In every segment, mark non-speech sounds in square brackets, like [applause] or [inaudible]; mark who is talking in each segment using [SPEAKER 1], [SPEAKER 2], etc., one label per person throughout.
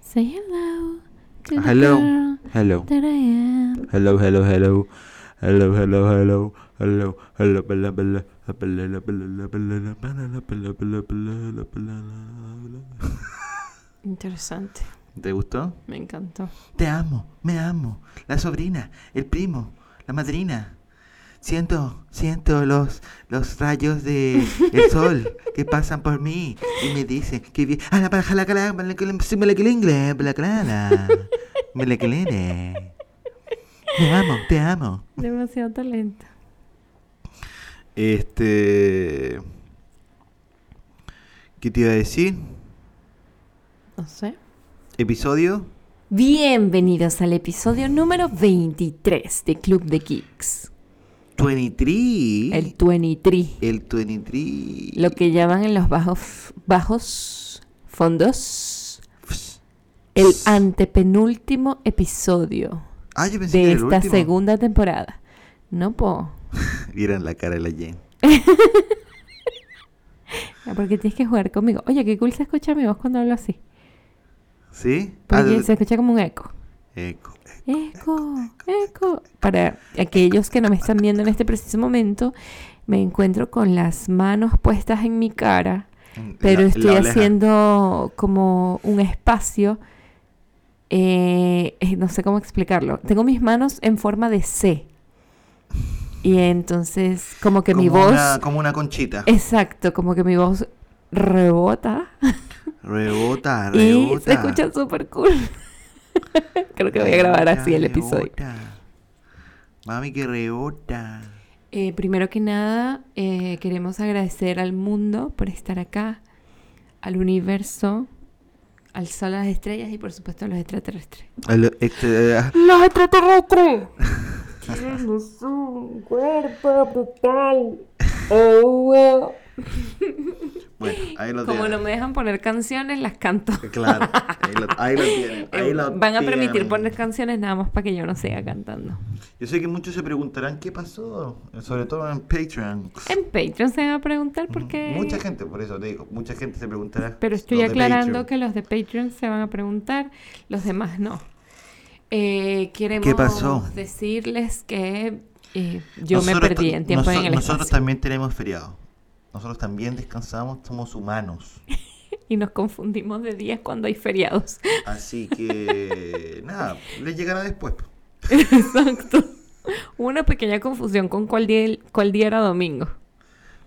[SPEAKER 1] Say hello. to the
[SPEAKER 2] Hello.
[SPEAKER 1] girl
[SPEAKER 2] Hello.
[SPEAKER 1] that I am.
[SPEAKER 2] Hello, hello, hello. Hello, hello, hello. Hello, hello, bella, bella, bella, bella, bella, bella, bella, bella, bella, bella, bella.
[SPEAKER 1] Interesante.
[SPEAKER 2] ¿Te gustó?
[SPEAKER 1] Me encantó.
[SPEAKER 2] Te amo, me amo. La sobrina, el primo, la madrina. Siento, siento los, los rayos de el sol que pasan por mí y me dicen que vi- a la paja la cala, la cala, sí, me la quilín, la- la cala, me la quilene. Te amo, te amo.
[SPEAKER 1] Demasiado talento.
[SPEAKER 2] Este. ¿Qué te iba a decir?
[SPEAKER 1] No sé.
[SPEAKER 2] Episodio.
[SPEAKER 1] Bienvenidos al episodio número 23 de Club de Geeks.
[SPEAKER 2] 23.
[SPEAKER 1] El 23.
[SPEAKER 2] El 23.
[SPEAKER 1] Lo que llaman en los bajos, bajos fondos el antepenúltimo episodio
[SPEAKER 2] Ah, yo pensé que
[SPEAKER 1] de
[SPEAKER 2] era el
[SPEAKER 1] esta
[SPEAKER 2] último. [laughs]
[SPEAKER 1] segunda temporada. No, po.
[SPEAKER 2] Vieran la cara de la Jen.
[SPEAKER 1] No, Ah, Porque tienes que jugar conmigo. Oye, qué cool se escucha mi voz cuando hablo así.
[SPEAKER 2] ¿Sí? Ah,
[SPEAKER 1] Porque
[SPEAKER 2] de-
[SPEAKER 1] se escucha como un eco.
[SPEAKER 2] Eco, eh.
[SPEAKER 1] Eco, eco. Para aquellos que no me están viendo en este preciso momento, me encuentro con las manos puestas en mi cara,
[SPEAKER 2] En
[SPEAKER 1] pero
[SPEAKER 2] eh, la- en la
[SPEAKER 1] estoy
[SPEAKER 2] oreja.
[SPEAKER 1] haciendo como un espacio. eh, eh, no sé cómo explicarlo. Tengo mis manos en forma de C. Y entonces, como que mi
[SPEAKER 2] Como
[SPEAKER 1] voz.
[SPEAKER 2] una- como una conchita.
[SPEAKER 1] Exacto, como que mi voz rebota.
[SPEAKER 2] Rebota,
[SPEAKER 1] [laughs] Y
[SPEAKER 2] rebota.
[SPEAKER 1] se escucha súper cool. [laughs] Creo que voy a grabar
[SPEAKER 2] Rebota,
[SPEAKER 1] así el episodio.
[SPEAKER 2] rebota. Mami, que
[SPEAKER 1] [laughs]
[SPEAKER 2] rebota.
[SPEAKER 1] Eh, primero que nada, eh, queremos agradecer al mundo por estar acá, al universo, al sol, a las estrellas y por supuesto a los extraterrestres.
[SPEAKER 2] Al- este, ah,
[SPEAKER 1] ¡Los extraterrestres!
[SPEAKER 3] Tienes un cuerpo brutal. Oh, wow.
[SPEAKER 2] Bueno, ahí lo
[SPEAKER 1] Como
[SPEAKER 2] tienen.
[SPEAKER 1] no me dejan poner canciones, las canto.
[SPEAKER 2] Claro, ahí lo, ahí lo
[SPEAKER 1] [laughs]
[SPEAKER 2] tienen. ahí
[SPEAKER 1] Eh,
[SPEAKER 2] lo
[SPEAKER 1] Van a permitir
[SPEAKER 2] tienen.
[SPEAKER 1] poner canciones nada más para que yo no siga cantando.
[SPEAKER 2] Yo sé que muchos se preguntarán qué pasó, sobre todo en Patreon.
[SPEAKER 1] En Patreon se van a preguntar por qué.
[SPEAKER 2] Mucha gente, por eso te digo, mucha gente se preguntará.
[SPEAKER 1] Pero estoy
[SPEAKER 2] los de
[SPEAKER 1] aclarando
[SPEAKER 2] Patreon.
[SPEAKER 1] que los de Patreon se van a preguntar, los demás no. Eh, queremos
[SPEAKER 2] pasó?
[SPEAKER 1] decirles que eh, yo me
[SPEAKER 2] Nosotros
[SPEAKER 1] perdí
[SPEAKER 2] ta-
[SPEAKER 1] en tiempo y en
[SPEAKER 2] noso-
[SPEAKER 1] el
[SPEAKER 2] Nosotros
[SPEAKER 1] espacio
[SPEAKER 2] también tenemos feriado. Nosotros también descansamos, somos humanos.
[SPEAKER 1] y nos confundimos de días cuando hay feriados. [laughs]
[SPEAKER 2] Así que, nada, les llegará después. po.
[SPEAKER 1] Exacto. Hubo Una pequeña confusión con cuál día, cuál día era domingo.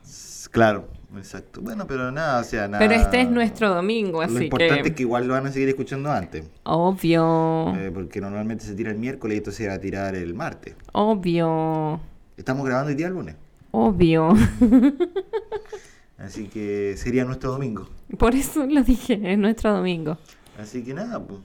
[SPEAKER 2] S- Claro, exacto. Bueno, pero nada, o sea, nada.
[SPEAKER 1] Pero este es nuestro domingo,
[SPEAKER 2] Ah, Lo
[SPEAKER 1] así
[SPEAKER 2] importante
[SPEAKER 1] que...
[SPEAKER 2] es que igual lo van a seguir escuchando antes.
[SPEAKER 1] Obvio,
[SPEAKER 2] eh, porque normalmente se tira el miércoles y esto se va a tirar el martes.
[SPEAKER 1] obvio,
[SPEAKER 2] Estamos grabando hoy día el lunes.
[SPEAKER 1] obvio. [laughs]
[SPEAKER 2] Así que sería nuestro domingo.
[SPEAKER 1] Por eso lo dije, es nuestro domingo.
[SPEAKER 2] Así que nada, pues.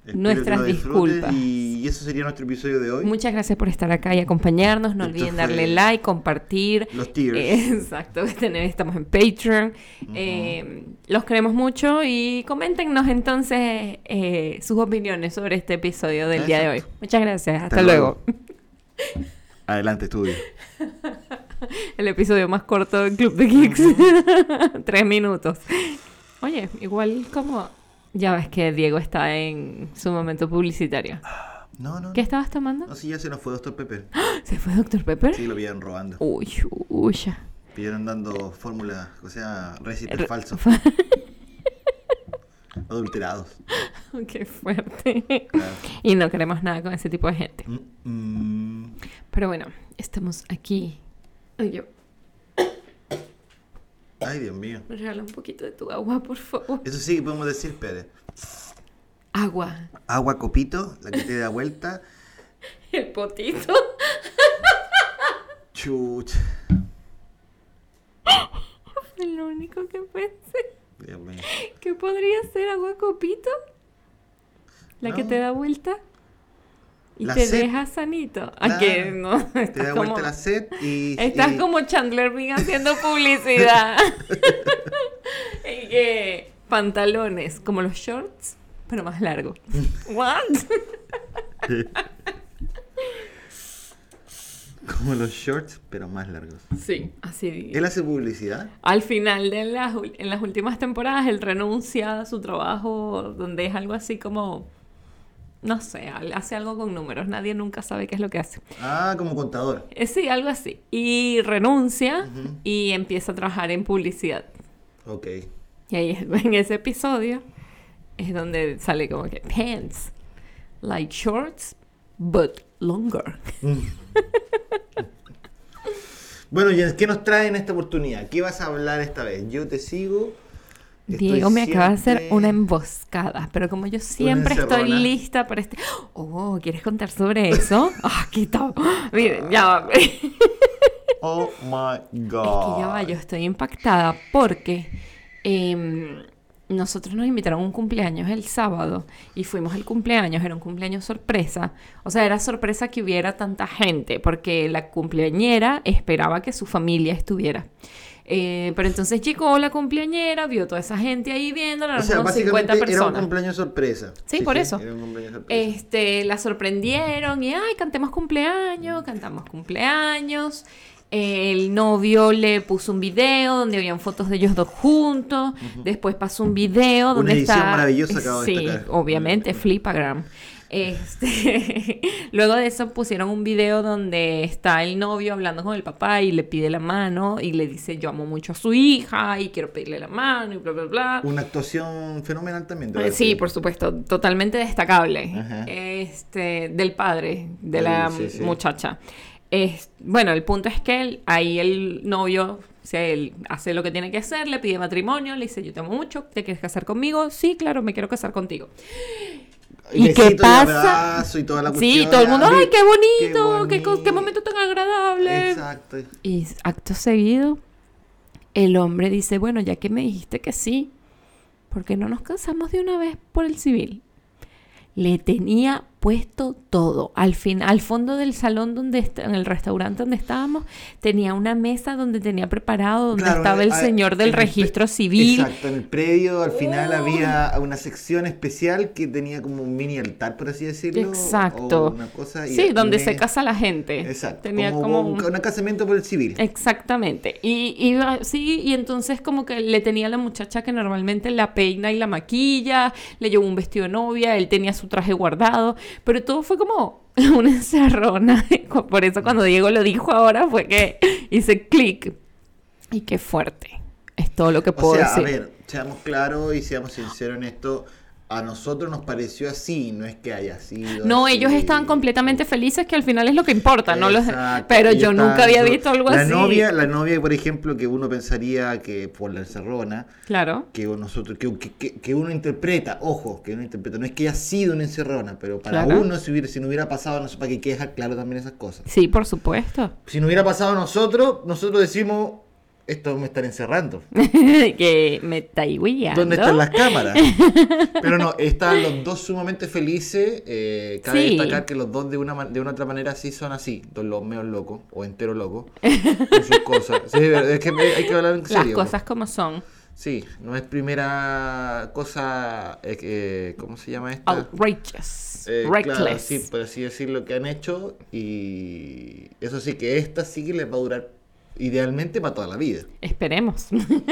[SPEAKER 2] espero
[SPEAKER 1] Nuestras
[SPEAKER 2] que lo disfrutes
[SPEAKER 1] disculpas.
[SPEAKER 2] Y, y eso sería nuestro episodio de hoy.
[SPEAKER 1] Muchas gracias por estar acá y acompañarnos. No
[SPEAKER 2] Esto
[SPEAKER 1] olviden
[SPEAKER 2] fue
[SPEAKER 1] darle like, compartir.
[SPEAKER 2] Los tiers.
[SPEAKER 1] Eh, [laughs] Exacto, tener- estamos en Patreon. Eh, los queremos mucho y coméntenos entonces eh, sus opiniones sobre este episodio del día de hoy.
[SPEAKER 2] Exacto.
[SPEAKER 1] Muchas gracias, hasta,
[SPEAKER 2] Hasta
[SPEAKER 1] luego.
[SPEAKER 2] Adelante, estudio.
[SPEAKER 1] [laughs] El episodio más corto del Club de Geeks. [laughs] Tres minutos. Oye, igual como... Ya ves que Diego está en su momento publicitario.
[SPEAKER 2] No, no.
[SPEAKER 1] ¿Qué estabas tomando?
[SPEAKER 2] Ah. No, si ya se nos fue Doctor Pepper.
[SPEAKER 1] ¿Se fue Dr. Pepper?
[SPEAKER 2] Sí, lo pillaron robando.
[SPEAKER 1] Uy, uy, ya.
[SPEAKER 2] Pillaron dando fórmulas, o sea,
[SPEAKER 1] Re-
[SPEAKER 2] recetas falsos, adulterados.
[SPEAKER 1] [laughs] Qué fuerte. [laughs]
[SPEAKER 2] Claro.
[SPEAKER 1] Y no queremos nada con ese tipo de gente.
[SPEAKER 2] Mm, mm.
[SPEAKER 1] Pero bueno, estamos aquí. Ay, yo,
[SPEAKER 2] Ay, Dios mío.
[SPEAKER 1] me regala un poquito de tu agua, por favor.
[SPEAKER 2] Eso sí que podemos decir, Pérez.
[SPEAKER 1] Agua.
[SPEAKER 2] Agua copito, la que te da vuelta.
[SPEAKER 1] El potito. [laughs]
[SPEAKER 2] Chuch.
[SPEAKER 1] Es lo único que pensé.
[SPEAKER 2] Dios mío.
[SPEAKER 1] ¿Qué podría ser agua copito? La que
[SPEAKER 2] No.
[SPEAKER 1] te da vuelta. Y
[SPEAKER 2] La
[SPEAKER 1] te
[SPEAKER 2] sed.
[SPEAKER 1] deja sanito.
[SPEAKER 2] Claro.
[SPEAKER 1] ¿A qué? No.
[SPEAKER 2] Te da
[SPEAKER 1] estás
[SPEAKER 2] vuelta
[SPEAKER 1] como-
[SPEAKER 2] la sed y.
[SPEAKER 1] Estás
[SPEAKER 2] y-
[SPEAKER 1] como Chandler Bing
[SPEAKER 2] [laughs]
[SPEAKER 1] haciendo publicidad. [laughs] y que pantalones, como los shorts, pero
[SPEAKER 2] [laughs]
[SPEAKER 1] más largo. What?
[SPEAKER 2] Como los shorts, pero más largos.
[SPEAKER 1] Sí, así digo.
[SPEAKER 2] Él hace publicidad.
[SPEAKER 1] Al final de las, ul- en las últimas temporadas, él renuncia a su trabajo, donde es algo así como, no sé, al- hace algo con números, nadie nunca sabe qué es lo que hace.
[SPEAKER 2] Ah, como contador.
[SPEAKER 1] Eh, sí, algo así. Y renuncia
[SPEAKER 2] Ujú.
[SPEAKER 1] y empieza a trabajar en publicidad.
[SPEAKER 2] Ok.
[SPEAKER 1] Y ahí es- [laughs] en ese episodio es donde sale como que pants, like shorts, but longer.
[SPEAKER 2] Bueno, Jens, ¿qué nos trae en esta oportunidad? ¿Qué vas a hablar esta vez? Yo te sigo. Estoy
[SPEAKER 1] Diego me acaba de hacer
[SPEAKER 2] siempre-
[SPEAKER 1] una em- emboscada, pero como yo siempre estoy
[SPEAKER 2] encerrona.
[SPEAKER 1] lista para este... Oh, ¿quieres contar sobre eso? [laughs] Ah, quita. Miren, ya va. Es que
[SPEAKER 2] Oh
[SPEAKER 1] [laughs]
[SPEAKER 2] my god.
[SPEAKER 1] ya va, yo estoy impactada porque em, nosotros nos invitaron a un cumpleaños el sábado y fuimos al cumpleaños, era un cumpleaños sorpresa. O sea, era sorpresa que hubiera tanta gente porque la cumpleañera esperaba que su familia estuviera. Eh, pero entonces llegó la cumpleañera, vio toda esa gente ahí viéndola,
[SPEAKER 2] O sea,
[SPEAKER 1] eran como 50
[SPEAKER 2] básicamente era un
[SPEAKER 1] personas.
[SPEAKER 2] cumpleaños sorpresa.
[SPEAKER 1] Sí, por eso.
[SPEAKER 2] Era un cumpleaños sorpresa.
[SPEAKER 1] Este, la sorprendieron y, ay, cantemos cumpleaños, cantamos cumpleaños. El novio le puso un video donde habían fotos de ellos dos juntos. Después pasó un video
[SPEAKER 2] Una
[SPEAKER 1] donde
[SPEAKER 2] edición
[SPEAKER 1] está...
[SPEAKER 2] maravillosa acabo de
[SPEAKER 1] Sí,
[SPEAKER 2] destacar.
[SPEAKER 1] obviamente, Flipagram. Este, [laughs] luego de eso pusieron un video donde está el novio hablando con el papá y le pide la mano y le dice yo amo mucho a su hija y quiero pedirle la mano y bla, bla, bla.
[SPEAKER 2] Una actuación fenomenal también. te
[SPEAKER 1] Eh,
[SPEAKER 2] voy a
[SPEAKER 1] Sí,
[SPEAKER 2] decir.
[SPEAKER 1] por supuesto, totalmente destacable.
[SPEAKER 2] Ajá.
[SPEAKER 1] Este, del padre, de
[SPEAKER 2] Sí,
[SPEAKER 1] la
[SPEAKER 2] sí, sí.
[SPEAKER 1] muchacha. Es, bueno, el punto es que él- ahí el novio, o sea, él hace lo que tiene que hacer, le pide matrimonio, le dice, yo te amo mucho, ¿te quieres casar conmigo? Sí, claro, me quiero casar contigo. ¿Y
[SPEAKER 2] Besito
[SPEAKER 1] qué pasa?
[SPEAKER 2] abrazo y toda la
[SPEAKER 1] sí,
[SPEAKER 2] cuestión,
[SPEAKER 1] todo el mundo,
[SPEAKER 2] ya.
[SPEAKER 1] ¡ay, qué bonito! ¡Qué,
[SPEAKER 2] Qué
[SPEAKER 1] co- qué
[SPEAKER 2] bonito".
[SPEAKER 1] momento tan agradable!
[SPEAKER 2] Exacto.
[SPEAKER 1] Y acto seguido, el hombre dice, bueno, ya que me dijiste que sí, ¿por qué no nos casamos de una vez por el civil? Le tenía puesto todo. Al fin, al fondo del salón donde está, en el restaurante donde estábamos, tenía una mesa donde tenía preparado, donde
[SPEAKER 2] Claro,
[SPEAKER 1] estaba el
[SPEAKER 2] a-
[SPEAKER 1] señor del
[SPEAKER 2] en el pre-
[SPEAKER 1] registro civil. Oh.
[SPEAKER 2] Exacto, en el predio al final había una sección especial que tenía como un mini altar, por así decirlo.
[SPEAKER 1] Exacto.
[SPEAKER 2] o una cosa, y
[SPEAKER 1] sí, donde se
[SPEAKER 2] me-
[SPEAKER 1] casa la gente.
[SPEAKER 2] Exacto.
[SPEAKER 1] Tenía
[SPEAKER 2] como,
[SPEAKER 1] como
[SPEAKER 2] un,
[SPEAKER 1] un- Eh,
[SPEAKER 2] un casamiento por el civil.
[SPEAKER 1] Exactamente. Y iba sí, y entonces como que le tenía la muchacha que normalmente la peina y la maquilla, le llevó un vestido de novia, él tenía su traje guardado, pero todo fue como [laughs] una encerrona. [laughs] Por eso cuando Diego lo dijo ahora fue que hice clic. Y qué fuerte. Es todo lo que puedo
[SPEAKER 2] o sea,
[SPEAKER 1] decir.
[SPEAKER 2] a ver, seamos claros y seamos sinceros en esto. A nosotros nos pareció así, no es que haya sido.
[SPEAKER 1] No,
[SPEAKER 2] así.
[SPEAKER 1] ellos estaban completamente felices, que al final es lo que importa, ¿no? Los...
[SPEAKER 2] Exacto,
[SPEAKER 1] Pero
[SPEAKER 2] ellos
[SPEAKER 1] yo nunca
[SPEAKER 2] estaban
[SPEAKER 1] había
[SPEAKER 2] so-
[SPEAKER 1] visto algo
[SPEAKER 2] la
[SPEAKER 1] así.
[SPEAKER 2] Novia, la novia, por ejemplo, que uno pensaría que por la encerrona,
[SPEAKER 1] Claro.
[SPEAKER 2] que nosotros que, que- que uno interpreta, ojo, que uno interpreta, no es que haya sido una encerrona, pero para
[SPEAKER 1] Claro.
[SPEAKER 2] uno si, hubiera, si no hubiera pasado, a nosotros- para que quede claro también esas cosas.
[SPEAKER 1] Sí, por supuesto. [laughs]
[SPEAKER 2] Si no hubiera pasado a nosotros, nosotros decimos, esto me están encerrando.
[SPEAKER 1] que me está iguillando.
[SPEAKER 2] ¿Dónde están las
[SPEAKER 1] [laughs]
[SPEAKER 2] cámaras? Pero no, estaban los dos sumamente felices. Eh, cabe
[SPEAKER 1] Sí.
[SPEAKER 2] destacar que los dos de una, man- de una otra manera sí son así, dos los meos locos o entero locos con sus cosas. Sí, es que me- hay que hablar en
[SPEAKER 1] Las
[SPEAKER 2] serio.
[SPEAKER 1] cosas como son.
[SPEAKER 2] Sí, no es primera cosa, eh, eh, ¿cómo se llama esta?
[SPEAKER 1] Outrageous.
[SPEAKER 2] Eh, claro,
[SPEAKER 1] Oh, reckless.
[SPEAKER 2] sí, por así decirlo, que han hecho y eso sí que esta sí que les va a durar idealmente para toda la
[SPEAKER 1] [laughs]
[SPEAKER 2] vida.
[SPEAKER 1] Esperemos.
[SPEAKER 2] Ujú.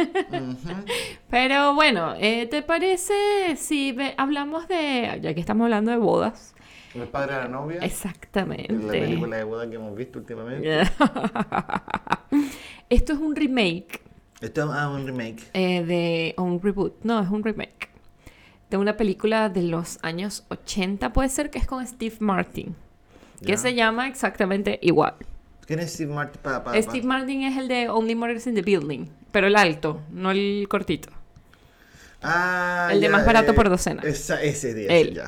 [SPEAKER 1] Pero bueno, eh, ¿te parece si ve- hablamos de. Ya que estamos hablando de bodas.
[SPEAKER 2] El padre de la novia. La
[SPEAKER 1] Exactamente.
[SPEAKER 2] película de boda que hemos visto últimamente.
[SPEAKER 1] [laughs] Esto es un remake
[SPEAKER 2] Esto es ah, un remake.
[SPEAKER 1] eh, de. o un reboot. No, es un remake. De una película de los años 80, puede ser que es con Steve Martin. Que
[SPEAKER 2] Ya.
[SPEAKER 1] se llama exactamente igual.
[SPEAKER 2] ¿Quién es Steve Martin? Pa, pa- pa-
[SPEAKER 1] Steve Martin es el de Only Murders in the Building, pero el alto, no el cortito.
[SPEAKER 2] Ah,
[SPEAKER 1] el de más barato por docena.
[SPEAKER 2] esa- ese día,
[SPEAKER 1] Él.
[SPEAKER 2] ya.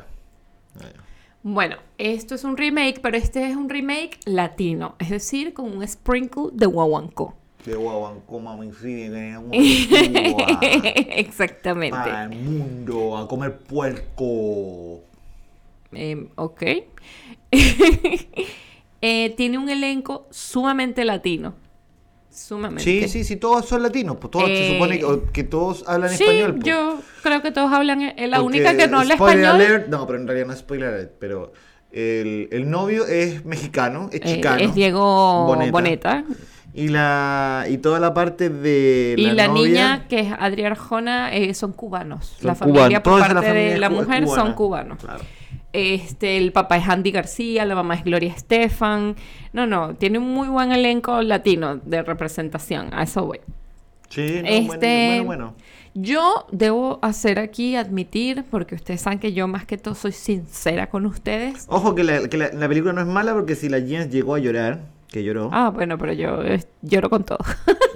[SPEAKER 2] Ah, ya.
[SPEAKER 1] Bueno, esto es un remake, pero este es un remake latino, es decir, con un sprinkle de guaguancó.
[SPEAKER 2] De guau, como me infide, que
[SPEAKER 1] [laughs]
[SPEAKER 2] es guau.
[SPEAKER 1] Exactamente.
[SPEAKER 2] para el mundo a comer puerco.
[SPEAKER 1] Em, ok. [laughs] Eh, tiene un elenco sumamente latino. Sumamente.
[SPEAKER 2] Sí, sí, sí, todos son latinos, pues todos
[SPEAKER 1] Eh,
[SPEAKER 2] se supone que, o- que todos hablan
[SPEAKER 1] Sí,
[SPEAKER 2] español. pues.
[SPEAKER 1] yo creo que todos hablan, eh, la
[SPEAKER 2] Porque,
[SPEAKER 1] única que no habla
[SPEAKER 2] spoiler
[SPEAKER 1] español.
[SPEAKER 2] alert, no, pero en realidad no es spoiler alert, pero El, el novio es mexicano, es
[SPEAKER 1] Eh,
[SPEAKER 2] chicano.
[SPEAKER 1] es Diego
[SPEAKER 2] Boneta.
[SPEAKER 1] Boneta.
[SPEAKER 2] Y, la, y toda la parte de
[SPEAKER 1] y la
[SPEAKER 2] novia-
[SPEAKER 1] niña, que es Adriana Arjona, eh, son cubanos.
[SPEAKER 2] Son
[SPEAKER 1] la familia
[SPEAKER 2] cubanos.
[SPEAKER 1] por
[SPEAKER 2] Toda
[SPEAKER 1] parte
[SPEAKER 2] familia
[SPEAKER 1] de la
[SPEAKER 2] cu- es
[SPEAKER 1] mujer son
[SPEAKER 2] cubana.
[SPEAKER 1] cubanos.
[SPEAKER 2] Claro.
[SPEAKER 1] Este, el papá es Andy García, la mamá es Gloria Estefan. No, no, tiene un muy buen elenco latino de representación. A eso voy.
[SPEAKER 2] Sí, no,
[SPEAKER 1] Este-
[SPEAKER 2] bueno, bueno, bueno.
[SPEAKER 1] Yo debo hacer aquí admitir, porque ustedes saben que yo más que todo soy sincera con ustedes.
[SPEAKER 2] Ojo que, la, que la, la película no es mala porque si la Jens llegó a llorar, que lloró.
[SPEAKER 1] Ah, bueno, pero yo eh, lloro con todo.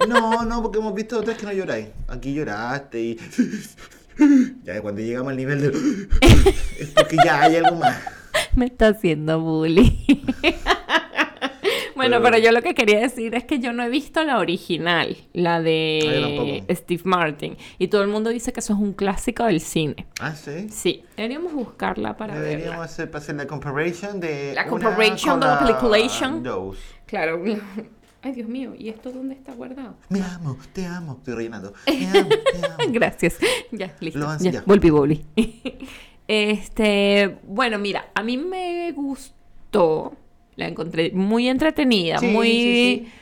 [SPEAKER 2] No, no, porque hemos visto otras que no lloráis. Aquí lloraste y. [laughs] Ya cuando llegamos al nivel de. [laughs] Es porque ya hay algo más.
[SPEAKER 1] [laughs] Me está haciendo bullying. [laughs] bueno, pero yo lo que quería decir es que yo no he visto la original, la
[SPEAKER 2] Ah, yo
[SPEAKER 1] de
[SPEAKER 2] tampoco.
[SPEAKER 1] Steve Martin. Y todo el mundo dice que eso es un clásico del cine.
[SPEAKER 2] Ah, sí.
[SPEAKER 1] Sí, deberíamos buscarla para
[SPEAKER 2] Deberíamos
[SPEAKER 1] verla.
[SPEAKER 2] hacer, para hacer la comparison de.
[SPEAKER 1] eh, La
[SPEAKER 2] una
[SPEAKER 1] comparison
[SPEAKER 2] con
[SPEAKER 1] de la películation.
[SPEAKER 2] dos.
[SPEAKER 1] Claro. [laughs] Ay, Dios mío, ¿y esto dónde está
[SPEAKER 2] [laughs]
[SPEAKER 1] guardado?
[SPEAKER 2] Me amo, te amo. Estoy
[SPEAKER 1] [laughs]
[SPEAKER 2] rellenando. Te amo, te amo.
[SPEAKER 1] Gracias. [laughs] Ya, listo.
[SPEAKER 2] Lo han-
[SPEAKER 1] ya,
[SPEAKER 2] ya.
[SPEAKER 1] Volví, volví. [laughs] este, bueno, mira, a mí me gustó. La encontré muy entretenida,
[SPEAKER 2] Sí,
[SPEAKER 1] muy.
[SPEAKER 2] sí, sí.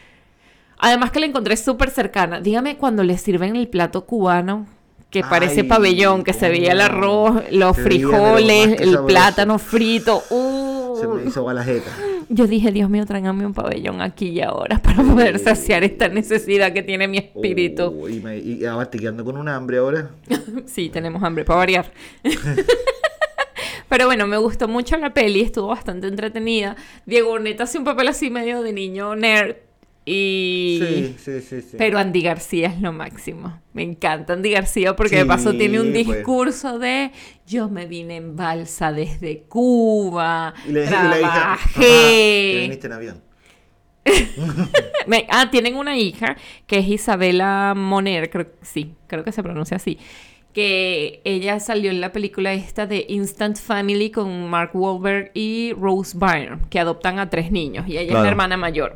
[SPEAKER 1] Además que la encontré súper cercana. Dígame cuando le sirven el plato cubano. Que parece
[SPEAKER 2] Ay,
[SPEAKER 1] pabellón, que se veía el
[SPEAKER 2] cómo.
[SPEAKER 1] arroz, los
[SPEAKER 2] Se veía de lo más
[SPEAKER 1] frijoles,
[SPEAKER 2] que
[SPEAKER 1] el
[SPEAKER 2] sabroso.
[SPEAKER 1] plátano frito. Uh.
[SPEAKER 2] Se me hizo balajeta.
[SPEAKER 1] Yo dije, Dios mío, tráigame un pabellón aquí y ahora para poder saciar esta necesidad que tiene mi espíritu.
[SPEAKER 2] Oh, y, me, y aparte que ando con un hambre ahora.
[SPEAKER 1] Sí, tenemos hambre,
[SPEAKER 2] [laughs]
[SPEAKER 1] para variar. Pero bueno, me gustó mucho la peli, estuvo bastante entretenida. Diego Boneta hace un papel así medio de niño nerd. Y...
[SPEAKER 2] Sí, sí, sí. sí.
[SPEAKER 1] Pero Andy García es lo máximo. Me encanta Andy García porque de paso
[SPEAKER 2] Sí,
[SPEAKER 1] tiene un
[SPEAKER 2] pues.
[SPEAKER 1] discurso de yo me vine en balsa desde Cuba,
[SPEAKER 2] y le, y le dije. "Ajá, Te
[SPEAKER 1] trabajé.
[SPEAKER 2] viniste en avión.
[SPEAKER 1] [laughs] Me- ah, tienen una hija que es Isabela Moner, creo, sí, creo que se pronuncia así. Que ella salió en la película esta de Instant Family con Mark Wahlberg y Rose Byrne, que adoptan a tres niños y ella es
[SPEAKER 2] Claro.
[SPEAKER 1] la hermana mayor.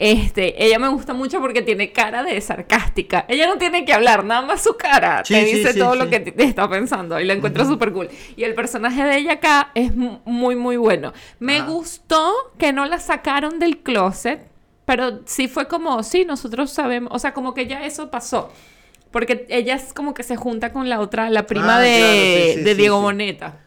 [SPEAKER 1] Este, ella me gusta mucho porque tiene cara de sarcástica. Ella no tiene que hablar, nada más su cara
[SPEAKER 2] Sí,
[SPEAKER 1] te
[SPEAKER 2] sí,
[SPEAKER 1] dice
[SPEAKER 2] sí,
[SPEAKER 1] todo lo
[SPEAKER 2] sí.
[SPEAKER 1] que [laughs] te- te está pensando y la encuentro súper cool. Y el personaje de ella acá es mu- muy, muy bueno. Me
[SPEAKER 2] Ajá.
[SPEAKER 1] gustó que no la sacaron del closet, pero sí fue como, sí, nosotros sabemos, o sea, como que ya eso pasó. Porque ella es como que se junta con la otra, la prima
[SPEAKER 2] Ah,
[SPEAKER 1] de,
[SPEAKER 2] claro, sí, sí,
[SPEAKER 1] de
[SPEAKER 2] sí,
[SPEAKER 1] Diego
[SPEAKER 2] sí.
[SPEAKER 1] Boneta.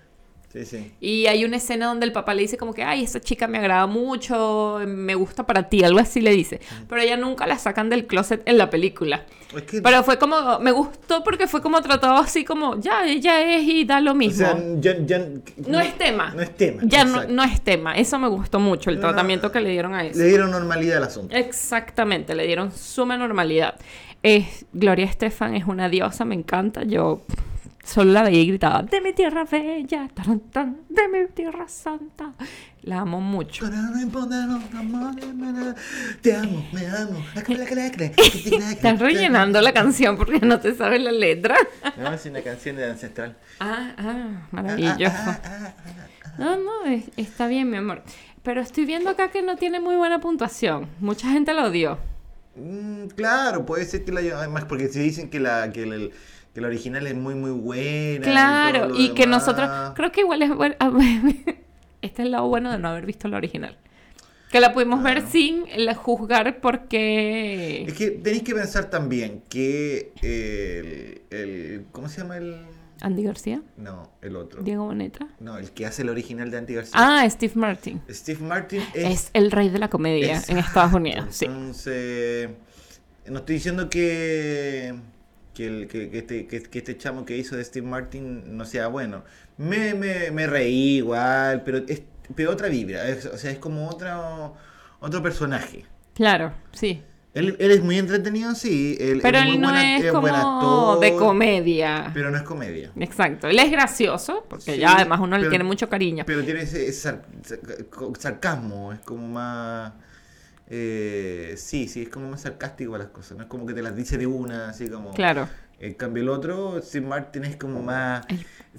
[SPEAKER 2] Sí, sí.
[SPEAKER 1] Y hay una escena donde el papá le dice como que, ay, esa chica me agrada mucho, me gusta para ti, algo así le dice. Pero ella nunca la sacan del closet en la película.
[SPEAKER 2] Es que-
[SPEAKER 1] Pero fue como, me gustó porque fue como tratado así como, ya, ella es y da lo
[SPEAKER 2] O
[SPEAKER 1] mismo.
[SPEAKER 2] sea, ya- ya-
[SPEAKER 1] no es tema.
[SPEAKER 2] No es tema.
[SPEAKER 1] Ya no,
[SPEAKER 2] exacto.
[SPEAKER 1] no es tema. Eso me gustó mucho, el
[SPEAKER 2] No,
[SPEAKER 1] tratamiento
[SPEAKER 2] no.
[SPEAKER 1] que le dieron a eso.
[SPEAKER 2] Le dieron normalidad al asunto.
[SPEAKER 1] Exactamente, le dieron suma normalidad. Es, Gloria Estefan es una diosa, me encanta. Yo solo la veía y gritaba, de mi tierra bella, tan, tan, de mi tierra santa. La amo mucho.
[SPEAKER 2] Pero no importa los amores, me la- Te amo, me amo.
[SPEAKER 1] Estás
[SPEAKER 2] Estás
[SPEAKER 1] rellenando la canción porque no te sabes la letra.
[SPEAKER 2] No, es una canción de ancestral.
[SPEAKER 1] Ah, ah,
[SPEAKER 2] Ah, ah,
[SPEAKER 1] maravilloso.
[SPEAKER 2] ah, ah, ah, ah.
[SPEAKER 1] No, no, es- está bien, mi amor. Pero estoy viendo acá que no tiene muy buena puntuación. Mucha gente lo odió.
[SPEAKER 2] Mm, claro, puede ser que la además porque se dicen que la que el- que la original es muy muy buena.
[SPEAKER 1] Claro,
[SPEAKER 2] todo lo
[SPEAKER 1] y que
[SPEAKER 2] demás.
[SPEAKER 1] nosotros, creo que igual es bueno, [laughs] este es el lado bueno de no haber visto la original. Que la pudimos ver sin la juzgar
[SPEAKER 2] Es
[SPEAKER 1] porque...
[SPEAKER 2] que tenéis que pensar también que el, el ¿cómo se llama el
[SPEAKER 1] Andy García,
[SPEAKER 2] no, el otro?
[SPEAKER 1] Diego Boneta.
[SPEAKER 2] No, el que hace el original de Anti García.
[SPEAKER 1] Ah, Steve Martin.
[SPEAKER 2] Steve Martin es,
[SPEAKER 1] Es el rey de la comedia en Estados Unidos, sí.
[SPEAKER 2] Entonces, no estoy diciendo que, que, el- que- que este, que- que este chamo que hizo de Steve Martin no sea bueno. Me, me, me reí igual, pero es pero otra vibra. es- o sea, es como otro, otro personaje.
[SPEAKER 1] Claro, sí.
[SPEAKER 2] Él, él es muy entretenido, sí. Él,
[SPEAKER 1] Pero
[SPEAKER 2] es muy
[SPEAKER 1] él no
[SPEAKER 2] buen act-
[SPEAKER 1] es
[SPEAKER 2] es buen
[SPEAKER 1] como de
[SPEAKER 2] actor,
[SPEAKER 1] comedia.
[SPEAKER 2] Pero no es comedia.
[SPEAKER 1] Exacto, él es gracioso, porque
[SPEAKER 2] Sí,
[SPEAKER 1] ya además uno le
[SPEAKER 2] pero-
[SPEAKER 1] tiene mucho cariño.
[SPEAKER 2] Pero tiene ese, ese sar- sar- sarcasmo, es como más... eh, sí, sí, es como más sarcástico a las cosas, no es como que te las dice de una, así como...
[SPEAKER 1] Claro.
[SPEAKER 2] En cambio, el otro, Steve Martin es como más.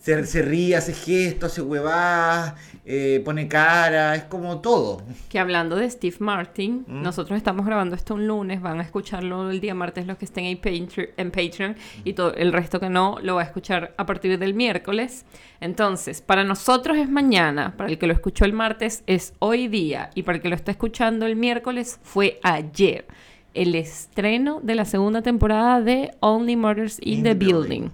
[SPEAKER 2] Se, se ríe, hace gestos, hace huevadas, eh, pone cara, es como todo.
[SPEAKER 1] Que hablando de Steve Martin,
[SPEAKER 2] ¿Mm?
[SPEAKER 1] nosotros estamos grabando esto un lunes, van a escucharlo el día martes los que estén en Patreon, en Patreon
[SPEAKER 2] Mm.
[SPEAKER 1] y todo el resto que no lo va a escuchar a partir del miércoles. Entonces, para nosotros es mañana, para el que lo escuchó el martes es hoy día y para el que lo está escuchando el miércoles fue ayer. El estreno de la segunda temporada de Only Murders in, the, building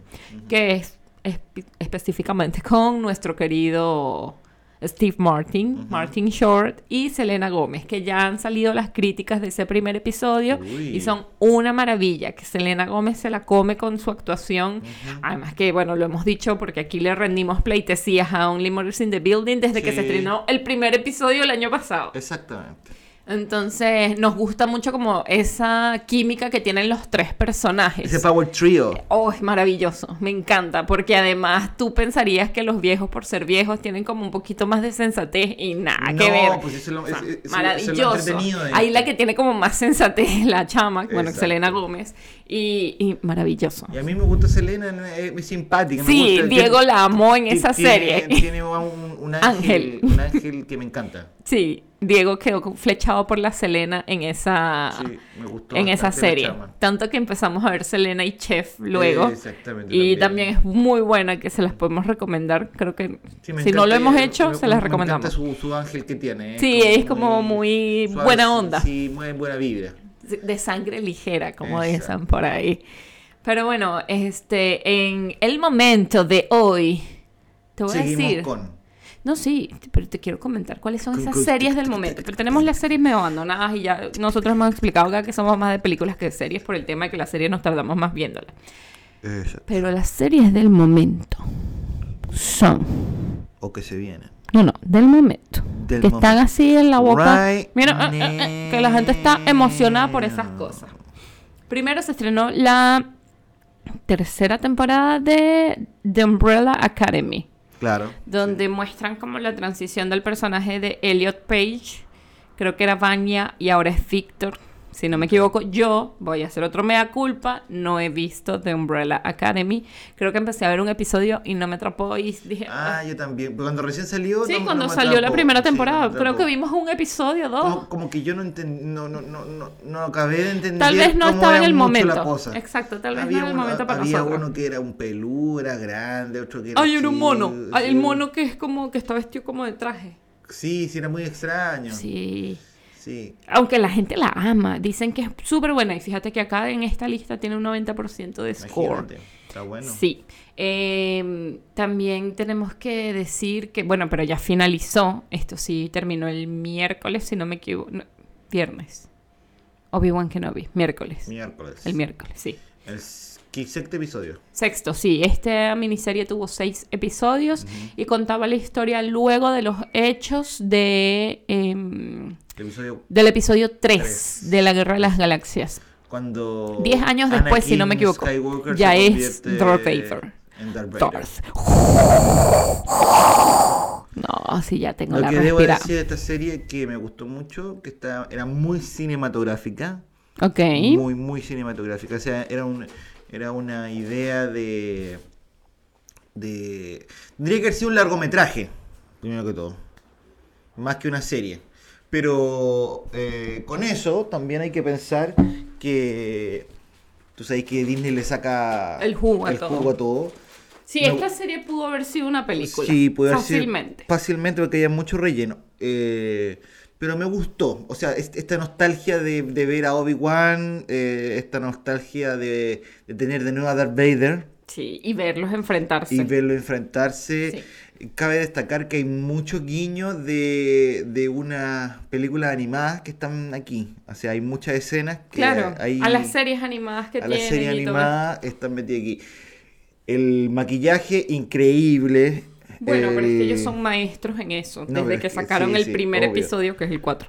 [SPEAKER 1] que es espe- específicamente [laughs] con nuestro querido Steve Martin, Martin Short y Selena Gómez, que ya han salido las críticas de ese primer episodio
[SPEAKER 2] Uy.
[SPEAKER 1] y son una maravilla, que Selena Gómez se la come con su actuación, además que, bueno, lo hemos dicho porque aquí le rendimos pleitesías a Only Murders in the Building desde que se
[SPEAKER 2] Sí. Eh.
[SPEAKER 1] estrenó el primer episodio el año pasado.
[SPEAKER 2] Exactamente.
[SPEAKER 1] Entonces, nos gusta mucho como esa química que tienen los tres personajes.
[SPEAKER 2] Ese Power Trio.
[SPEAKER 1] Oh, es maravilloso, me encanta, porque además tú pensarías que los viejos por ser viejos tienen como un poquito más de sensatez y nada
[SPEAKER 2] No,
[SPEAKER 1] que Ah, ver.
[SPEAKER 2] pues eso es lo-
[SPEAKER 1] O sea,
[SPEAKER 2] es- es- eso es lo
[SPEAKER 1] maravilloso.
[SPEAKER 2] entretenido de
[SPEAKER 1] Ahí la
[SPEAKER 2] esto.
[SPEAKER 1] que tiene como más sensatez [laughs] es la chama, bueno,
[SPEAKER 2] Exacto.
[SPEAKER 1] Selena Gómez, y, y maravilloso.
[SPEAKER 2] Y a mí me gusta Selena, no, es, es simpática. me
[SPEAKER 1] Sí,
[SPEAKER 2] gusta-
[SPEAKER 1] Diego
[SPEAKER 2] tiene-
[SPEAKER 1] la amó en
[SPEAKER 2] ti-
[SPEAKER 1] esa
[SPEAKER 2] tiene-
[SPEAKER 1] serie.
[SPEAKER 2] Tiene un, un ángel,
[SPEAKER 1] Ángel.
[SPEAKER 2] un ángel que me encanta.
[SPEAKER 1] [laughs] Sí, Diego quedó con- flechado por la Selena en esa,
[SPEAKER 2] Sí, me gustó
[SPEAKER 1] Ah, en esa
[SPEAKER 2] bastante la
[SPEAKER 1] serie.
[SPEAKER 2] chama.
[SPEAKER 1] Tanto que empezamos a ver Selena y Chef luego.
[SPEAKER 2] Exactamente,
[SPEAKER 1] Y también es muy buena que se las podemos recomendar. Creo que
[SPEAKER 2] Sí, me
[SPEAKER 1] si no
[SPEAKER 2] encanta
[SPEAKER 1] lo hemos
[SPEAKER 2] ella,
[SPEAKER 1] hecho,
[SPEAKER 2] me-
[SPEAKER 1] se las
[SPEAKER 2] me encanta
[SPEAKER 1] recomendamos.
[SPEAKER 2] su, su ángel que tiene. ¿eh?
[SPEAKER 1] Sí, es como muy buena onda.
[SPEAKER 2] Sí, muy buena vibra.
[SPEAKER 1] De sangre ligera, como
[SPEAKER 2] Exacto.
[SPEAKER 1] dicen por ahí. Pero bueno, este, en el momento de hoy, te voy
[SPEAKER 2] Seguimos
[SPEAKER 1] a decir.
[SPEAKER 2] con.
[SPEAKER 1] No, sí, t- pero te quiero comentar cuáles son
[SPEAKER 2] Con-
[SPEAKER 1] esas
[SPEAKER 2] con-
[SPEAKER 1] series del momento. Pero tenemos las series medio abandonadas y ya nosotros hemos explicado acá que somos más de películas que de series por el tema de que las series nos tardamos más viéndolas. Pero las series del momento son.
[SPEAKER 2] O que se viene.
[SPEAKER 1] No, no, del momento.
[SPEAKER 4] Del
[SPEAKER 1] que están
[SPEAKER 4] momento.
[SPEAKER 1] así en la boca.
[SPEAKER 2] Right
[SPEAKER 1] Mira, ah, ah, ah, que la gente está emocionada por esas
[SPEAKER 2] now.
[SPEAKER 1] cosas. Primero se estrenó la tercera temporada de The Umbrella Academy
[SPEAKER 2] Claro.
[SPEAKER 1] donde muestran como la transición del personaje de Elliot Page, creo que era Vanya y ahora es Victor, si no me equivoco, yo voy a hacer otro mea culpa, no he visto The Umbrella Academy, creo que empecé a ver un episodio y no me atrapó y dije...
[SPEAKER 2] Ah, yo también. Pero Cuando recién salió.
[SPEAKER 1] Sí,
[SPEAKER 2] no- no
[SPEAKER 1] cuando
[SPEAKER 2] me
[SPEAKER 1] salió la
[SPEAKER 2] atrapó. Sí,
[SPEAKER 1] primera
[SPEAKER 2] no me
[SPEAKER 1] temporada, creo
[SPEAKER 2] atrapó.
[SPEAKER 1] que vimos un episodio, dos.
[SPEAKER 2] Como, como que yo no entendí. No, no, no, no, no acabé de entender.
[SPEAKER 1] Tal vez no
[SPEAKER 2] cómo
[SPEAKER 1] estaba en
[SPEAKER 2] era
[SPEAKER 1] el
[SPEAKER 2] mucho la
[SPEAKER 1] momento.
[SPEAKER 2] cosa.
[SPEAKER 1] Exacto, tal vez
[SPEAKER 2] Había
[SPEAKER 1] no era el
[SPEAKER 2] uno-
[SPEAKER 1] momento para
[SPEAKER 2] Había
[SPEAKER 1] nosotros.
[SPEAKER 2] uno que era un pelú, era grande, otro que era.
[SPEAKER 1] Ay, era un mono.
[SPEAKER 2] chico,
[SPEAKER 1] Ay, el
[SPEAKER 2] sí.
[SPEAKER 1] mono que es como que está vestido como de traje.
[SPEAKER 2] Sí, sí, era muy extraño. Sí.
[SPEAKER 1] Sí. Aunque la gente la ama, dicen que es súper buena. Y fíjate que acá en esta lista tiene un 90% de score.
[SPEAKER 2] Imagínate. Está bueno.
[SPEAKER 1] Sí. Eh, también tenemos que decir que, bueno, pero ya finalizó. Esto sí terminó el miércoles, si no me equivoco. no, viernes. Obi-Wan Kenobi, miércoles.
[SPEAKER 2] Miércoles.
[SPEAKER 1] El miércoles, sí.
[SPEAKER 2] El s- qui- sexto episodio.
[SPEAKER 1] Sexto, sí. Esta miniserie tuvo seis episodios y contaba la historia luego de los hechos de, em,
[SPEAKER 2] El episodio
[SPEAKER 1] del episodio 3,
[SPEAKER 2] Tres.
[SPEAKER 1] de la Guerra de las Galaxias.
[SPEAKER 2] cuando.
[SPEAKER 1] Diez años
[SPEAKER 2] Anakin
[SPEAKER 1] después, si no me equivoco,
[SPEAKER 2] Skywalker
[SPEAKER 1] ya
[SPEAKER 2] se
[SPEAKER 1] es
[SPEAKER 2] convierte
[SPEAKER 1] Darth Vader.
[SPEAKER 2] En Darth Vader.
[SPEAKER 1] Darth. No, sí, ya tengo
[SPEAKER 2] Lo
[SPEAKER 1] la
[SPEAKER 2] que debo
[SPEAKER 1] respira.
[SPEAKER 2] decir de esta serie que me gustó mucho, que está, era muy cinematográfica.
[SPEAKER 1] Ok.
[SPEAKER 2] Muy, muy cinematográfica. O sea, era, un, era una idea de, de. Tendría que haber sido un largometraje, primero que todo. Más que una serie. Pero eh, con eso también hay que pensar que. Tú sabes que Disney le saca
[SPEAKER 1] El jugo a todo.
[SPEAKER 2] jugo a todo.
[SPEAKER 1] Sí,
[SPEAKER 2] No-
[SPEAKER 1] esta serie pudo haber sido una película.
[SPEAKER 2] Sí, puede haber sido-
[SPEAKER 1] Fácilmente.
[SPEAKER 2] fácilmente porque había mucho relleno. Eh, pero me gustó. O sea, es- esta nostalgia de, de ver a Obi-Wan, eh, esta nostalgia de, de tener de nuevo a Darth Vader
[SPEAKER 1] Sí, y verlos enfrentarse.
[SPEAKER 2] y verlo enfrentarse. Cabe destacar que hay muchos guiños de, de unas películas animadas que están aquí. O sea, hay muchas escenas que
[SPEAKER 1] Claro,
[SPEAKER 2] hay-
[SPEAKER 1] a las series animadas que
[SPEAKER 2] a la
[SPEAKER 1] tienen.
[SPEAKER 2] serie
[SPEAKER 1] y todo
[SPEAKER 2] animada están metidas aquí. El maquillaje increíble. Eh,
[SPEAKER 1] Bueno, pero es que ellos
[SPEAKER 2] el-
[SPEAKER 1] son maestros en eso,
[SPEAKER 2] No, pero
[SPEAKER 1] desde
[SPEAKER 2] es
[SPEAKER 1] que
[SPEAKER 2] que
[SPEAKER 1] sacaron
[SPEAKER 2] sí,
[SPEAKER 1] el
[SPEAKER 2] sí,
[SPEAKER 1] primer
[SPEAKER 2] obvio.
[SPEAKER 1] episodio, que es el 4.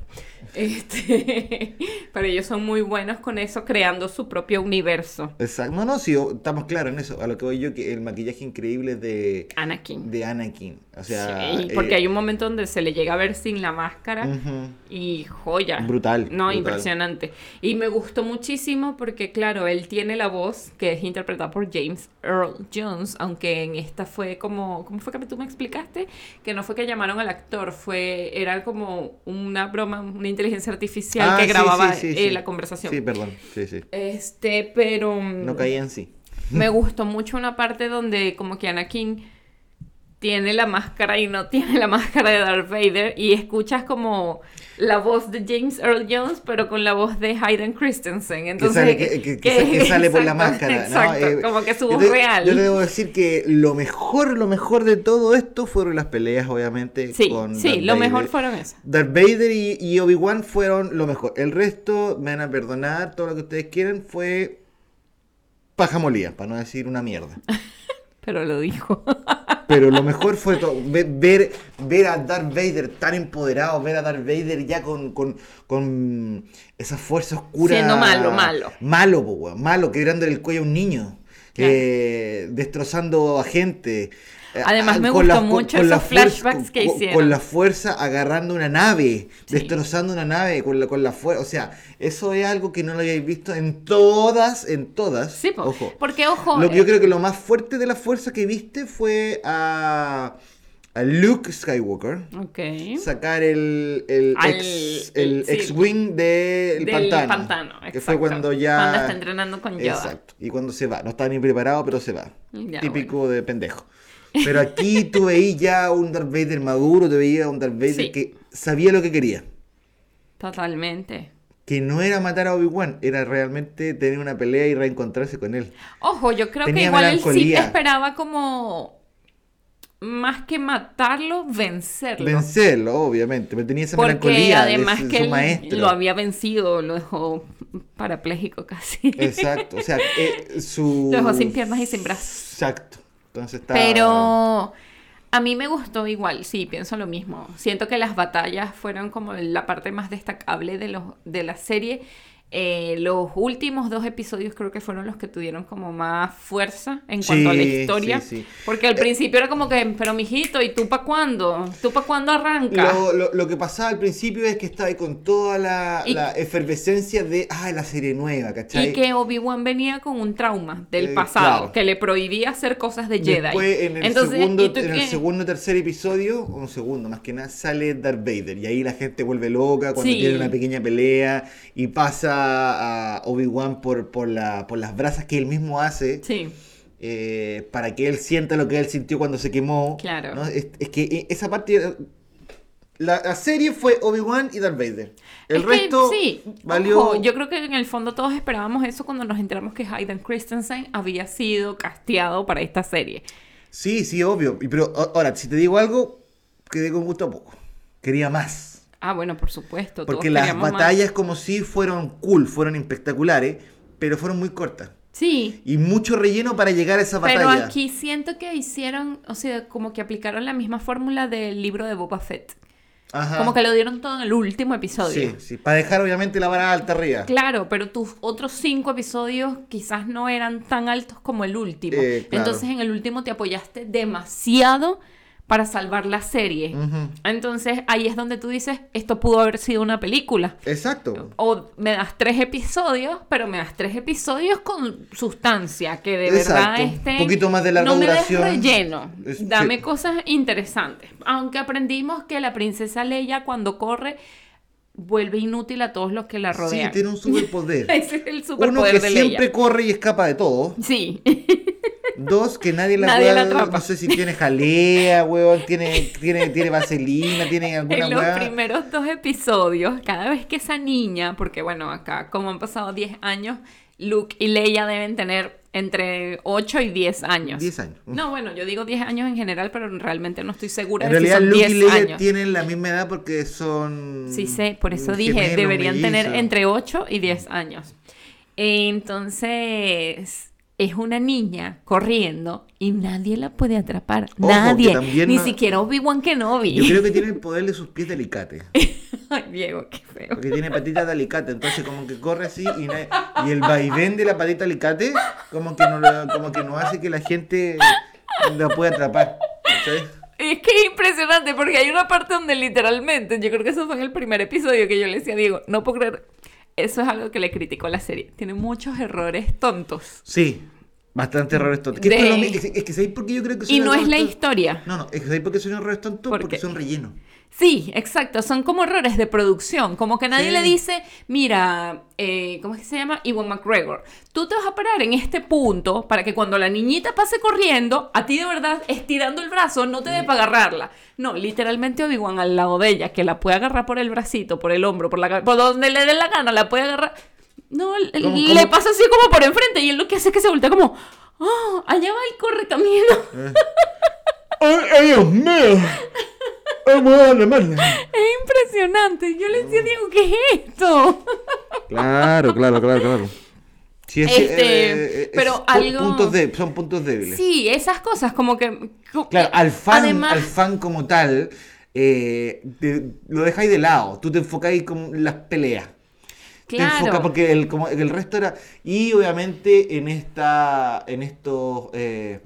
[SPEAKER 1] [laughs] Este, pero ellos son muy buenos con eso, creando su propio universo.
[SPEAKER 2] Exacto. No, no, sí, o- estamos claros en eso. A lo que voy yo, que el maquillaje increíble de,
[SPEAKER 1] Anakin.
[SPEAKER 2] de Anakin. O sea.
[SPEAKER 1] Sí, porque
[SPEAKER 2] eh,
[SPEAKER 1] hay un momento donde se le llega a ver sin la máscara
[SPEAKER 2] ujú.
[SPEAKER 1] y joya.
[SPEAKER 2] Brutal,
[SPEAKER 1] No,
[SPEAKER 2] brutal.
[SPEAKER 1] impresionante. Y me gustó muchísimo porque, claro, él tiene la voz que es interpretada por James Earl Jones, aunque en esta fue como, ¿cómo fue que tú me explicaste? Que no fue que llamaron al actor, fue, era como una broma, una inteligencia artificial
[SPEAKER 2] Ah,
[SPEAKER 1] que
[SPEAKER 2] sí,
[SPEAKER 1] grababa
[SPEAKER 2] sí, sí,
[SPEAKER 1] eh,
[SPEAKER 2] sí.
[SPEAKER 1] la conversación.
[SPEAKER 2] Sí, perdón. Sí, sí.
[SPEAKER 1] Este, pero...
[SPEAKER 2] No caí en sí.
[SPEAKER 1] Me gustó mucho una parte donde como que Anakin tiene la máscara y no tiene la máscara de Darth Vader y escuchas como la voz de James Earl Jones pero con la voz de Hayden Christensen. Entonces,
[SPEAKER 2] que sale, que, que- que
[SPEAKER 1] [laughs]
[SPEAKER 2] sa- que sale por la
[SPEAKER 1] exacto,
[SPEAKER 2] máscara. ¿no?
[SPEAKER 1] Exacto,
[SPEAKER 2] Eh,
[SPEAKER 1] como que su
[SPEAKER 2] yo
[SPEAKER 1] voz
[SPEAKER 2] te-
[SPEAKER 1] real.
[SPEAKER 2] Yo te debo decir que lo mejor, lo mejor de todo esto fueron las peleas, obviamente.
[SPEAKER 1] sí,
[SPEAKER 2] con
[SPEAKER 1] sí,
[SPEAKER 2] Darth
[SPEAKER 1] lo mejor
[SPEAKER 2] Vader.
[SPEAKER 1] fueron esas.
[SPEAKER 2] Darth Vader y, y Obi-Wan fueron lo mejor. El resto, me van a perdonar, todo lo que ustedes quieran, fue paja molida, para no decir una mierda.
[SPEAKER 1] Pero
[SPEAKER 2] [laughs]
[SPEAKER 1] lo dijo.
[SPEAKER 2] Pero lo mejor fue to- ve- ver, ver a Darth Vader tan empoderado, ver a Darth Vader ya con, con, con esa fuerza oscura.
[SPEAKER 1] Siendo malo, malo.
[SPEAKER 2] Malo, po, weón, malo, quebrándole el cuello a un niño,
[SPEAKER 1] Claro.
[SPEAKER 2] eh, destrozando a gente. eh,
[SPEAKER 1] Además,
[SPEAKER 2] a-
[SPEAKER 1] me
[SPEAKER 2] con
[SPEAKER 1] gustó
[SPEAKER 2] fu-
[SPEAKER 1] mucho
[SPEAKER 2] con la
[SPEAKER 1] esos
[SPEAKER 2] fuerza-
[SPEAKER 1] flashbacks que
[SPEAKER 2] con-
[SPEAKER 1] hicieron.
[SPEAKER 2] Con la fuerza agarrando una nave,
[SPEAKER 1] Sí.
[SPEAKER 2] destrozando una nave con la, con la fuerza. O sea, eso es algo que no lo habéis visto en todas, en todas.
[SPEAKER 1] Sí, po-
[SPEAKER 2] ojo.
[SPEAKER 1] porque ojo,
[SPEAKER 2] Lo que yo
[SPEAKER 1] eh,
[SPEAKER 2] creo que lo más fuerte de la fuerza que viste fue a, a Luke Skywalker
[SPEAKER 1] Ok.
[SPEAKER 2] sacar el, el
[SPEAKER 1] Al-
[SPEAKER 2] ex- el
[SPEAKER 1] sí.
[SPEAKER 2] ex-wing del,
[SPEAKER 1] Del
[SPEAKER 2] pantano. Que
[SPEAKER 1] exacto.
[SPEAKER 2] fue cuando ya.
[SPEAKER 1] Cuando está entrenando con Yoda.
[SPEAKER 2] Exacto. Y cuando se va. No está ni preparado, pero se va.
[SPEAKER 1] Ya,
[SPEAKER 2] Típico de pendejo. Pero aquí tú veías ya un Darth Vader maduro, te veías un Darth Vader
[SPEAKER 1] Sí.
[SPEAKER 2] que sabía lo que quería.
[SPEAKER 1] Totalmente.
[SPEAKER 2] Que no era matar a Obi-Wan, era realmente tener una pelea y reencontrarse con él.
[SPEAKER 1] Ojo, yo creo que
[SPEAKER 2] Tenía
[SPEAKER 1] igual él sí
[SPEAKER 2] melancolía.
[SPEAKER 1] esperaba como más que matarlo, vencerlo.
[SPEAKER 2] Vencerlo, obviamente. Pero tenía esa
[SPEAKER 1] porque
[SPEAKER 2] melancolía de
[SPEAKER 1] además
[SPEAKER 2] su,
[SPEAKER 1] que
[SPEAKER 2] su
[SPEAKER 1] él
[SPEAKER 2] maestro.
[SPEAKER 1] lo había [laughs] vencido, lo dejó parapléjico casi.
[SPEAKER 2] Exacto. O sea, eh, su.
[SPEAKER 1] Lo dejó sin piernas y sin brazos.
[SPEAKER 2] Exacto. Entonces está.
[SPEAKER 1] Pero a mí me gustó igual, sí, pienso lo mismo. Siento que las batallas fueron como la parte más destacable de, los, de la serie. Eh, los últimos dos episodios creo que fueron los que tuvieron como más fuerza en
[SPEAKER 2] Sí,
[SPEAKER 1] cuanto a la historia.
[SPEAKER 2] sí, Eh, sí.
[SPEAKER 1] Porque al principio era como que, pero mijito, ¿y tú pa' cuándo? ¿Tú pa' cuándo arranca?
[SPEAKER 2] Lo, lo- lo que pasaba al principio es que estaba ahí con toda la,
[SPEAKER 1] Y-
[SPEAKER 2] la efervescencia de. Ah, la serie nueva, ¿cachai?
[SPEAKER 1] Y que Obi-Wan venía con un trauma del
[SPEAKER 2] Eh,
[SPEAKER 1] pasado,
[SPEAKER 2] claro.
[SPEAKER 1] que le prohibía hacer cosas de Jedi.
[SPEAKER 2] Después, en el,
[SPEAKER 1] Entonces,
[SPEAKER 2] segundo,
[SPEAKER 1] ¿y tú
[SPEAKER 2] en
[SPEAKER 1] qué?
[SPEAKER 2] el segundo tercer episodio, o un segundo más que nada, sale Darth Vader. Y ahí la gente vuelve loca cuando
[SPEAKER 1] Sí.
[SPEAKER 2] tiene una pequeña pelea y pasa a Obi-Wan por, por, la, por las brasas que él mismo hace.
[SPEAKER 1] Sí,
[SPEAKER 2] eh, para que él sienta lo que él sintió cuando se quemó.
[SPEAKER 1] Claro.
[SPEAKER 2] ¿no? Es, es que eh, esa parte. eh, La, la serie fue Obi-Wan y Darth Vader. El
[SPEAKER 1] Es que,
[SPEAKER 2] resto
[SPEAKER 1] sí,
[SPEAKER 2] valió.
[SPEAKER 1] ojo, yo creo que en el fondo todos esperábamos eso cuando nos enteramos que Hayden Christensen había sido casteado para esta serie.
[SPEAKER 2] Sí, sí, obvio. Y Pero a- ahora, si te digo algo, quedé con gusto a poco. Quería más.
[SPEAKER 1] Ah, bueno, por supuesto. todos
[SPEAKER 2] Porque las
[SPEAKER 1] queríamos más.
[SPEAKER 2] batallas, como si fueron cool, fueron espectaculares, pero fueron muy cortas.
[SPEAKER 1] Sí,
[SPEAKER 2] Y mucho relleno para llegar a esa batalla.
[SPEAKER 1] pero aquí siento que hicieron, o sea, como que aplicaron la misma fórmula del libro de Boba Fett.
[SPEAKER 2] Ajá.
[SPEAKER 1] Como que lo dieron todo en el último episodio.
[SPEAKER 2] Sí, sí. Para dejar, obviamente, la vara alta arriba.
[SPEAKER 1] Claro, pero tus otros cinco episodios quizás no eran tan altos como el último.
[SPEAKER 2] Eh, claro.
[SPEAKER 1] Entonces en el último te apoyaste demasiado para salvar la serie.
[SPEAKER 2] Ujú.
[SPEAKER 1] Entonces ahí es donde tú dices, esto pudo haber sido una película.
[SPEAKER 2] Exacto.
[SPEAKER 1] O me das tres episodios, pero me das tres episodios con sustancia, que de verdad
[SPEAKER 2] Exacto.
[SPEAKER 1] estén...
[SPEAKER 2] Un poquito más de larga
[SPEAKER 1] no me des
[SPEAKER 2] duración.
[SPEAKER 1] relleno,
[SPEAKER 2] Es-
[SPEAKER 1] dame
[SPEAKER 2] sí.
[SPEAKER 1] cosas interesantes. Aunque aprendimos que la princesa Leia cuando corre vuelve inútil a todos los que la
[SPEAKER 2] Sí,
[SPEAKER 1] rodean.
[SPEAKER 2] tiene un superpoder.
[SPEAKER 1] [laughs] Ese es el
[SPEAKER 2] Uno
[SPEAKER 1] superpoder
[SPEAKER 2] que
[SPEAKER 1] de
[SPEAKER 2] siempre
[SPEAKER 1] Leia.
[SPEAKER 2] corre y escapa de
[SPEAKER 1] [laughs]
[SPEAKER 2] todo.
[SPEAKER 1] Sí,
[SPEAKER 2] Dos, que nadie la
[SPEAKER 1] Nadie la
[SPEAKER 2] pueda-
[SPEAKER 1] atrapa.
[SPEAKER 2] No sé si tiene jalea, weón, tiene, tiene, tiene vaselina,
[SPEAKER 1] [laughs]
[SPEAKER 2] tiene alguna
[SPEAKER 1] en los
[SPEAKER 2] weá.
[SPEAKER 1] primeros dos episodios, cada vez que esa niña, porque bueno, acá como han pasado 10 años, Luke y Leia deben tener entre 8 y 10 años.
[SPEAKER 2] 10 años.
[SPEAKER 1] No, bueno, yo digo 10 años en general, pero realmente no estoy segura
[SPEAKER 2] En
[SPEAKER 1] de si
[SPEAKER 2] realidad,
[SPEAKER 1] son
[SPEAKER 2] Luke y
[SPEAKER 1] 10
[SPEAKER 2] Leia
[SPEAKER 1] años.
[SPEAKER 2] tienen la misma edad porque son.
[SPEAKER 1] Sí sé, por eso dije,
[SPEAKER 2] gemelos,
[SPEAKER 1] deberían tener
[SPEAKER 2] mellizos.
[SPEAKER 1] entre 8 y 10 años. Entonces, es una niña corriendo y nadie la puede atrapar.
[SPEAKER 2] Ojo, que
[SPEAKER 1] nadie.
[SPEAKER 2] también
[SPEAKER 1] Ni
[SPEAKER 2] no- [laughs]
[SPEAKER 1] siquiera Obi-Wan Kenobi.
[SPEAKER 2] Yo creo que tiene el poder de sus pies de alicate.
[SPEAKER 1] [laughs] Ay, Diego, qué
[SPEAKER 2] [laughs]
[SPEAKER 1] feo.
[SPEAKER 2] Porque tiene patitas de alicate, entonces como que corre así y, nadie- y el vaivén de la patita alicate como que no, lo- como que no hace que la gente la pueda atrapar. ¿cachai?
[SPEAKER 1] Es que es impresionante porque hay una parte donde literalmente, yo creo que eso fue en el primer episodio que yo le decía a Diego, no puedo creer, eso es algo que le critico a la serie, tiene muchos errores tontos.
[SPEAKER 2] Sí, bastante errores tontos. Que esto
[SPEAKER 1] De-
[SPEAKER 2] es, lo mi- es- es que ¿sabéis por qué yo creo que son
[SPEAKER 1] Y no es
[SPEAKER 2] errores
[SPEAKER 1] la
[SPEAKER 2] tontos?
[SPEAKER 1] historia.
[SPEAKER 2] No, no, es que ¿sabéis por qué son errores tontos?
[SPEAKER 1] ¿Por
[SPEAKER 2] Porque
[SPEAKER 1] qué?
[SPEAKER 2] son relleno.
[SPEAKER 1] Sí, exacto, son como errores de producción, como que nadie
[SPEAKER 2] Sí.
[SPEAKER 1] le dice, mira, eh, ¿cómo es que se llama? Iwan McGregor, tú te vas a parar en este punto para que cuando la niñita pase corriendo, a ti de verdad estirando el brazo no te dé para agarrarla. No, literalmente Obi-Wan al lado de ella, que la puede agarrar por el bracito, por el hombro, por la ca- por donde le dé la gana, la puede agarrar. No, le-
[SPEAKER 2] ¿Cómo-
[SPEAKER 1] le
[SPEAKER 2] cómo?
[SPEAKER 1] pasa así como por enfrente y él lo que hace es que se voltea como, oh, allá va el correcamino.
[SPEAKER 2] ¡Ay, ay, Dios mío! ¡Vamos a la mala!
[SPEAKER 1] Es impresionante. Yo le decía, Diego, ¿qué es esto?
[SPEAKER 2] Claro, claro, claro, claro. Sí, es-
[SPEAKER 1] Este,
[SPEAKER 2] eh, eh,
[SPEAKER 1] pero
[SPEAKER 2] son
[SPEAKER 1] algo-
[SPEAKER 2] Puntos dé- son puntos débiles.
[SPEAKER 1] Sí, esas cosas como que... co- eh,
[SPEAKER 2] Claro, al fan,
[SPEAKER 1] Además,
[SPEAKER 2] al fan como tal, eh, te- lo dejáis de lado. Tú te enfocáis con las peleas.
[SPEAKER 1] claro.
[SPEAKER 2] Te enfocas porque el, como el resto era. Y obviamente en esta. en estos. eh,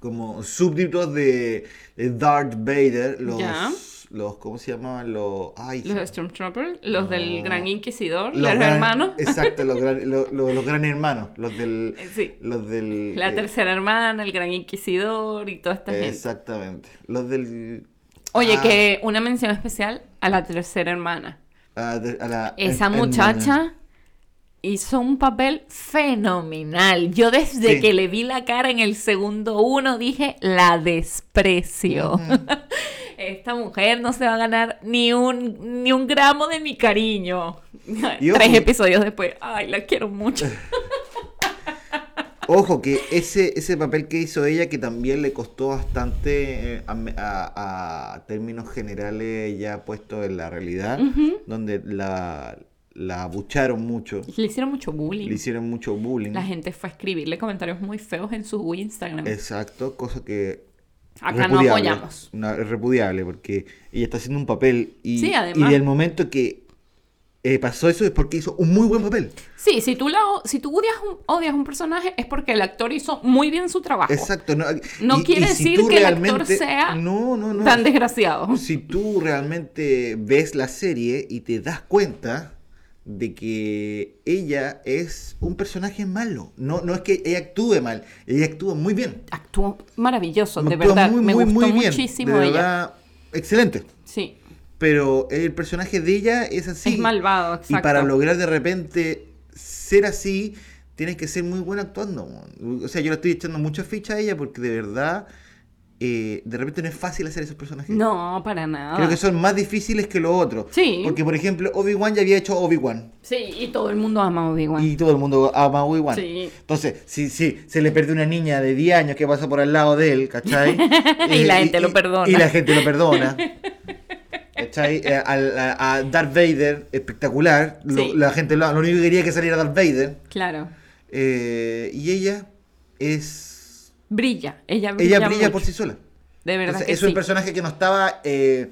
[SPEAKER 2] como súbditos de, de Darth Vader, los.
[SPEAKER 1] Ya.
[SPEAKER 2] los ¿Cómo se llamaban? Los. Ay, se-
[SPEAKER 1] Los Stormtroopers, los del
[SPEAKER 2] No.
[SPEAKER 1] Gran Inquisidor, los,
[SPEAKER 2] los gran-
[SPEAKER 1] hermanos,
[SPEAKER 2] [laughs] Exacto, los gran, los, los- los gran hermanos. Los del.
[SPEAKER 1] Eh, sí.
[SPEAKER 2] Los del.
[SPEAKER 1] la
[SPEAKER 2] eh,
[SPEAKER 1] tercera hermana, el Gran Inquisidor y toda esta gente.
[SPEAKER 2] Exactamente. Los del.
[SPEAKER 1] Oye,
[SPEAKER 2] ah,
[SPEAKER 1] que una mención especial a la tercera hermana.
[SPEAKER 2] a- a la-
[SPEAKER 1] Esa
[SPEAKER 2] en- en-
[SPEAKER 1] muchacha hizo un papel fenomenal. Yo desde
[SPEAKER 2] Sí.
[SPEAKER 1] que le vi la cara en el segundo uno dije, la desprecio. [laughs] Esta mujer no se va a ganar ni un, ni un gramo de mi cariño.
[SPEAKER 2] Y
[SPEAKER 1] Tres
[SPEAKER 2] ojo-
[SPEAKER 1] episodios después, ay, la
[SPEAKER 2] [laughs]
[SPEAKER 1] quiero mucho.
[SPEAKER 2] Ojo, que ese, ese papel que hizo ella, que también le costó bastante eh, a, me- a- a términos generales ya puesto en la realidad, donde la, la abucharon mucho,
[SPEAKER 1] Le hicieron mucho bullying.
[SPEAKER 2] le hicieron mucho bullying.
[SPEAKER 1] La gente fue a escribirle comentarios muy feos en su Instagram.
[SPEAKER 2] Exacto, cosa que...
[SPEAKER 1] Acá no
[SPEAKER 2] repudiable,
[SPEAKER 1] apoyamos.
[SPEAKER 2] no, es repudiable porque ella está haciendo un papel y,
[SPEAKER 1] Sí,
[SPEAKER 2] y
[SPEAKER 1] además.
[SPEAKER 2] del momento que eh, pasó eso es porque hizo un muy buen papel.
[SPEAKER 1] Sí, si tú, la, o- si tú odias un, odias un personaje es porque el actor hizo muy bien su trabajo.
[SPEAKER 2] Exacto. No,
[SPEAKER 1] No quiere decir
[SPEAKER 2] tú
[SPEAKER 1] que el actor
[SPEAKER 2] realmente-
[SPEAKER 1] sea
[SPEAKER 2] no, no, no.
[SPEAKER 1] Tan desgraciado.
[SPEAKER 2] si tú realmente ves la serie y te das cuenta de que ella es un personaje malo. No, no es que ella actúe mal, ella actúa muy bien.
[SPEAKER 1] Actuó maravilloso, de
[SPEAKER 2] Actúa
[SPEAKER 1] verdad. Me gustó
[SPEAKER 2] bien,
[SPEAKER 1] muchísimo
[SPEAKER 2] de
[SPEAKER 1] ella.
[SPEAKER 2] verdad, Excelente.
[SPEAKER 1] Sí,
[SPEAKER 2] Pero el personaje de ella es así.
[SPEAKER 1] es malvado, exacto.
[SPEAKER 2] Y para lograr de repente ser así, tienes que ser muy buena actuando. weón. O sea, yo le estoy echando muchas fichas a ella porque de verdad, eh, de repente no es fácil hacer esos personajes.
[SPEAKER 1] No, para nada.
[SPEAKER 2] Creo que son más difíciles que los otros.
[SPEAKER 1] Ah. Sí.
[SPEAKER 2] Porque, por ejemplo, Obi-Wan ya había hecho Obi-Wan.
[SPEAKER 1] Sí, y todo el mundo ama a Obi-Wan.
[SPEAKER 2] Y todo el mundo ama a Obi-Wan.
[SPEAKER 1] Sí.
[SPEAKER 2] Entonces, si, si se le perdió una niña de 10 años que pasa por al lado de él,
[SPEAKER 1] [laughs]
[SPEAKER 2] ¿cachai? Eh,
[SPEAKER 1] Y la gente lo perdona.
[SPEAKER 2] Y la gente lo
[SPEAKER 1] [laughs]
[SPEAKER 2] perdona. ¿Cachai? Eh, al- A, a Darth Vader, espectacular. Lo-
[SPEAKER 1] Sí.
[SPEAKER 2] la gente lo, lo único que quería que saliera Darth Vader.
[SPEAKER 1] Claro.
[SPEAKER 2] Eh, y ella es.
[SPEAKER 1] Brilla, ella brilla.
[SPEAKER 2] Ella brilla
[SPEAKER 1] mucho.
[SPEAKER 2] por sí sola.
[SPEAKER 1] De verdad
[SPEAKER 2] Entonces,
[SPEAKER 1] que
[SPEAKER 2] es
[SPEAKER 1] sí.
[SPEAKER 2] un personaje que no estaba eh,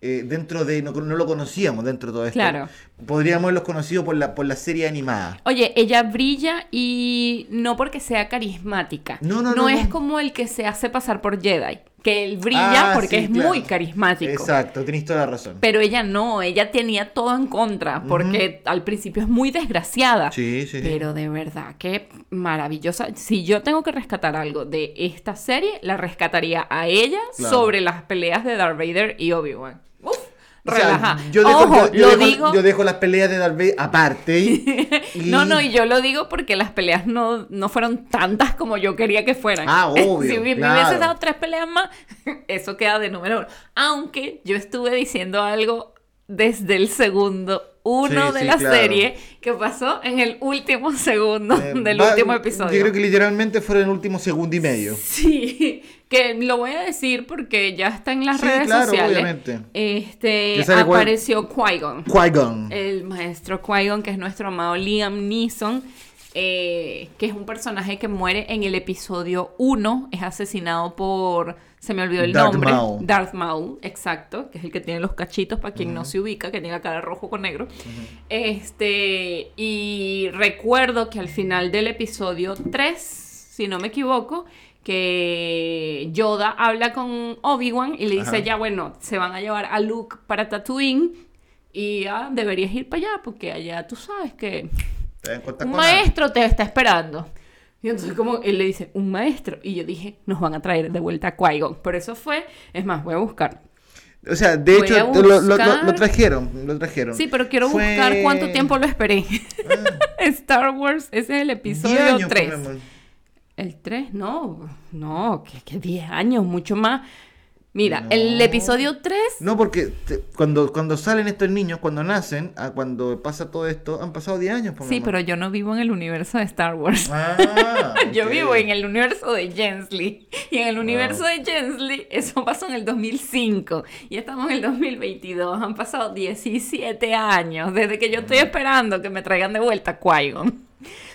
[SPEAKER 2] eh, dentro de. No, no lo conocíamos dentro de todo esto.
[SPEAKER 1] Claro.
[SPEAKER 2] Podríamos haberlos conocido por la, por la serie animada.
[SPEAKER 1] Oye, ella brilla y no porque sea carismática.
[SPEAKER 2] No, no, no,
[SPEAKER 1] es
[SPEAKER 2] no.
[SPEAKER 1] como el que se hace pasar por Jedi. Que él brilla
[SPEAKER 2] Ah,
[SPEAKER 1] porque
[SPEAKER 2] sí,
[SPEAKER 1] es
[SPEAKER 2] claro.
[SPEAKER 1] muy carismático.
[SPEAKER 2] Exacto, tenés toda la razón.
[SPEAKER 1] Pero ella no, ella tenía todo en contra, porque al principio es muy desgraciada.
[SPEAKER 2] Sí, sí, sí.
[SPEAKER 1] Pero de verdad, qué maravillosa. Si yo tengo que rescatar algo de esta serie, la rescataría a ella
[SPEAKER 2] Claro.
[SPEAKER 1] sobre las peleas de Darth Vader y Obi-Wan. Uf,
[SPEAKER 2] O sea,
[SPEAKER 1] relaja.
[SPEAKER 2] yo dejo,
[SPEAKER 1] Ojo,
[SPEAKER 2] yo- yo
[SPEAKER 1] lo
[SPEAKER 2] dejo-
[SPEAKER 1] digo.
[SPEAKER 2] yo dejo las peleas de Darth Vader aparte. y-
[SPEAKER 1] [laughs] No, no, y yo lo digo porque las peleas no, no fueron tantas como yo quería que fueran.
[SPEAKER 2] Ah, obvio,
[SPEAKER 1] [laughs] si me, me
[SPEAKER 2] claro.
[SPEAKER 1] hubieses dado tres peleas más, [laughs] eso queda de número uno. Aunque yo estuve diciendo algo desde el segundo uno
[SPEAKER 2] Sí,
[SPEAKER 1] de
[SPEAKER 2] sí,
[SPEAKER 1] la
[SPEAKER 2] claro.
[SPEAKER 1] serie que pasó en el último [laughs] segundo
[SPEAKER 2] Eh,
[SPEAKER 1] del
[SPEAKER 2] va-
[SPEAKER 1] último
[SPEAKER 2] Yo
[SPEAKER 1] episodio.
[SPEAKER 2] creo que literalmente fueron el último segundo y medio.
[SPEAKER 1] Sí, [laughs] que lo voy a decir porque ya está en las
[SPEAKER 2] Sí,
[SPEAKER 1] redes
[SPEAKER 2] claro,
[SPEAKER 1] sociales.
[SPEAKER 2] obviamente.
[SPEAKER 1] Este
[SPEAKER 2] Ya sabe cuál-
[SPEAKER 1] apareció Qui-Gon.
[SPEAKER 2] Qui-Gon.
[SPEAKER 1] El maestro Qui-Gon, que es nuestro amado Liam Neeson, eh, que es un personaje que muere en el episodio 1, es asesinado por se me olvidó el
[SPEAKER 2] Darth
[SPEAKER 1] nombre.
[SPEAKER 2] Maul.
[SPEAKER 1] Darth Maul, exacto, que es el que tiene los cachitos para quien no se ubica, que tiene la cara rojo con negro. Este, y recuerdo que al final del episodio 3, si no me equivoco, que Yoda habla con Obi-Wan y le dice,
[SPEAKER 2] Ajá.
[SPEAKER 1] ya bueno, se van a llevar a Luke para Tatooine y ah, deberías ir para allá porque allá tú sabes que
[SPEAKER 2] Te dan cuenta
[SPEAKER 1] un
[SPEAKER 2] con nada.
[SPEAKER 1] maestro te está esperando. Y entonces como él le dice, un maestro. Y yo dije, nos van a traer de vuelta a Qui-Gon. Por eso fue, es más, voy a buscar.
[SPEAKER 2] O sea, de
[SPEAKER 1] Voy
[SPEAKER 2] hecho,
[SPEAKER 1] a
[SPEAKER 2] lo- lo, lo-
[SPEAKER 1] buscar.
[SPEAKER 2] lo trajeron, lo trajeron.
[SPEAKER 1] Sí, pero quiero
[SPEAKER 2] Fue-
[SPEAKER 1] buscar cuánto tiempo lo esperé.
[SPEAKER 2] Ah,
[SPEAKER 1] [laughs] Star Wars, ese es el
[SPEAKER 2] 10
[SPEAKER 1] episodio
[SPEAKER 2] años,
[SPEAKER 1] 3.
[SPEAKER 2] ponemos.
[SPEAKER 1] El 3, no, no, que, que 10 años, mucho más. Mira, el
[SPEAKER 2] No.
[SPEAKER 1] episodio 3,
[SPEAKER 2] No, porque te- cuando, cuando salen estos niños, cuando nacen, a cuando pasa todo esto, han pasado 10 años. pues,
[SPEAKER 1] sí, pero yo no vivo en el universo de Star Wars.
[SPEAKER 2] Ah,
[SPEAKER 1] [laughs] Yo vivo en el universo de Jensley. Y en el universo de Jensley, eso pasó en el 2005. Y estamos en el 2022. Han pasado 17 años desde que yo estoy esperando que me traigan de vuelta a Qui-Gon.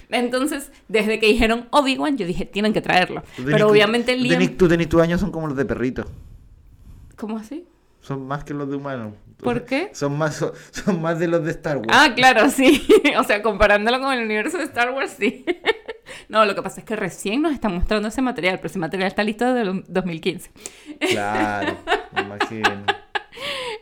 [SPEAKER 1] Entonces, desde que dijeron Obi-Wan, yo dije, tienen que traerlo. Pero obviamente Liam...
[SPEAKER 2] Tú tenés tus años son como los de perrito.
[SPEAKER 1] ¿Cómo así?
[SPEAKER 2] Son más que los de humanos.
[SPEAKER 1] ¿Por qué?
[SPEAKER 2] Son más, son, son más de los de Star Wars.
[SPEAKER 1] Ah, claro, [laughs] sí. O sea, comparándolo con el universo de Star Wars, sí. [laughs] No, lo que pasa es que recién nos están mostrando ese material, pero ese material está listo desde el 2015.
[SPEAKER 2] Claro, me imagino.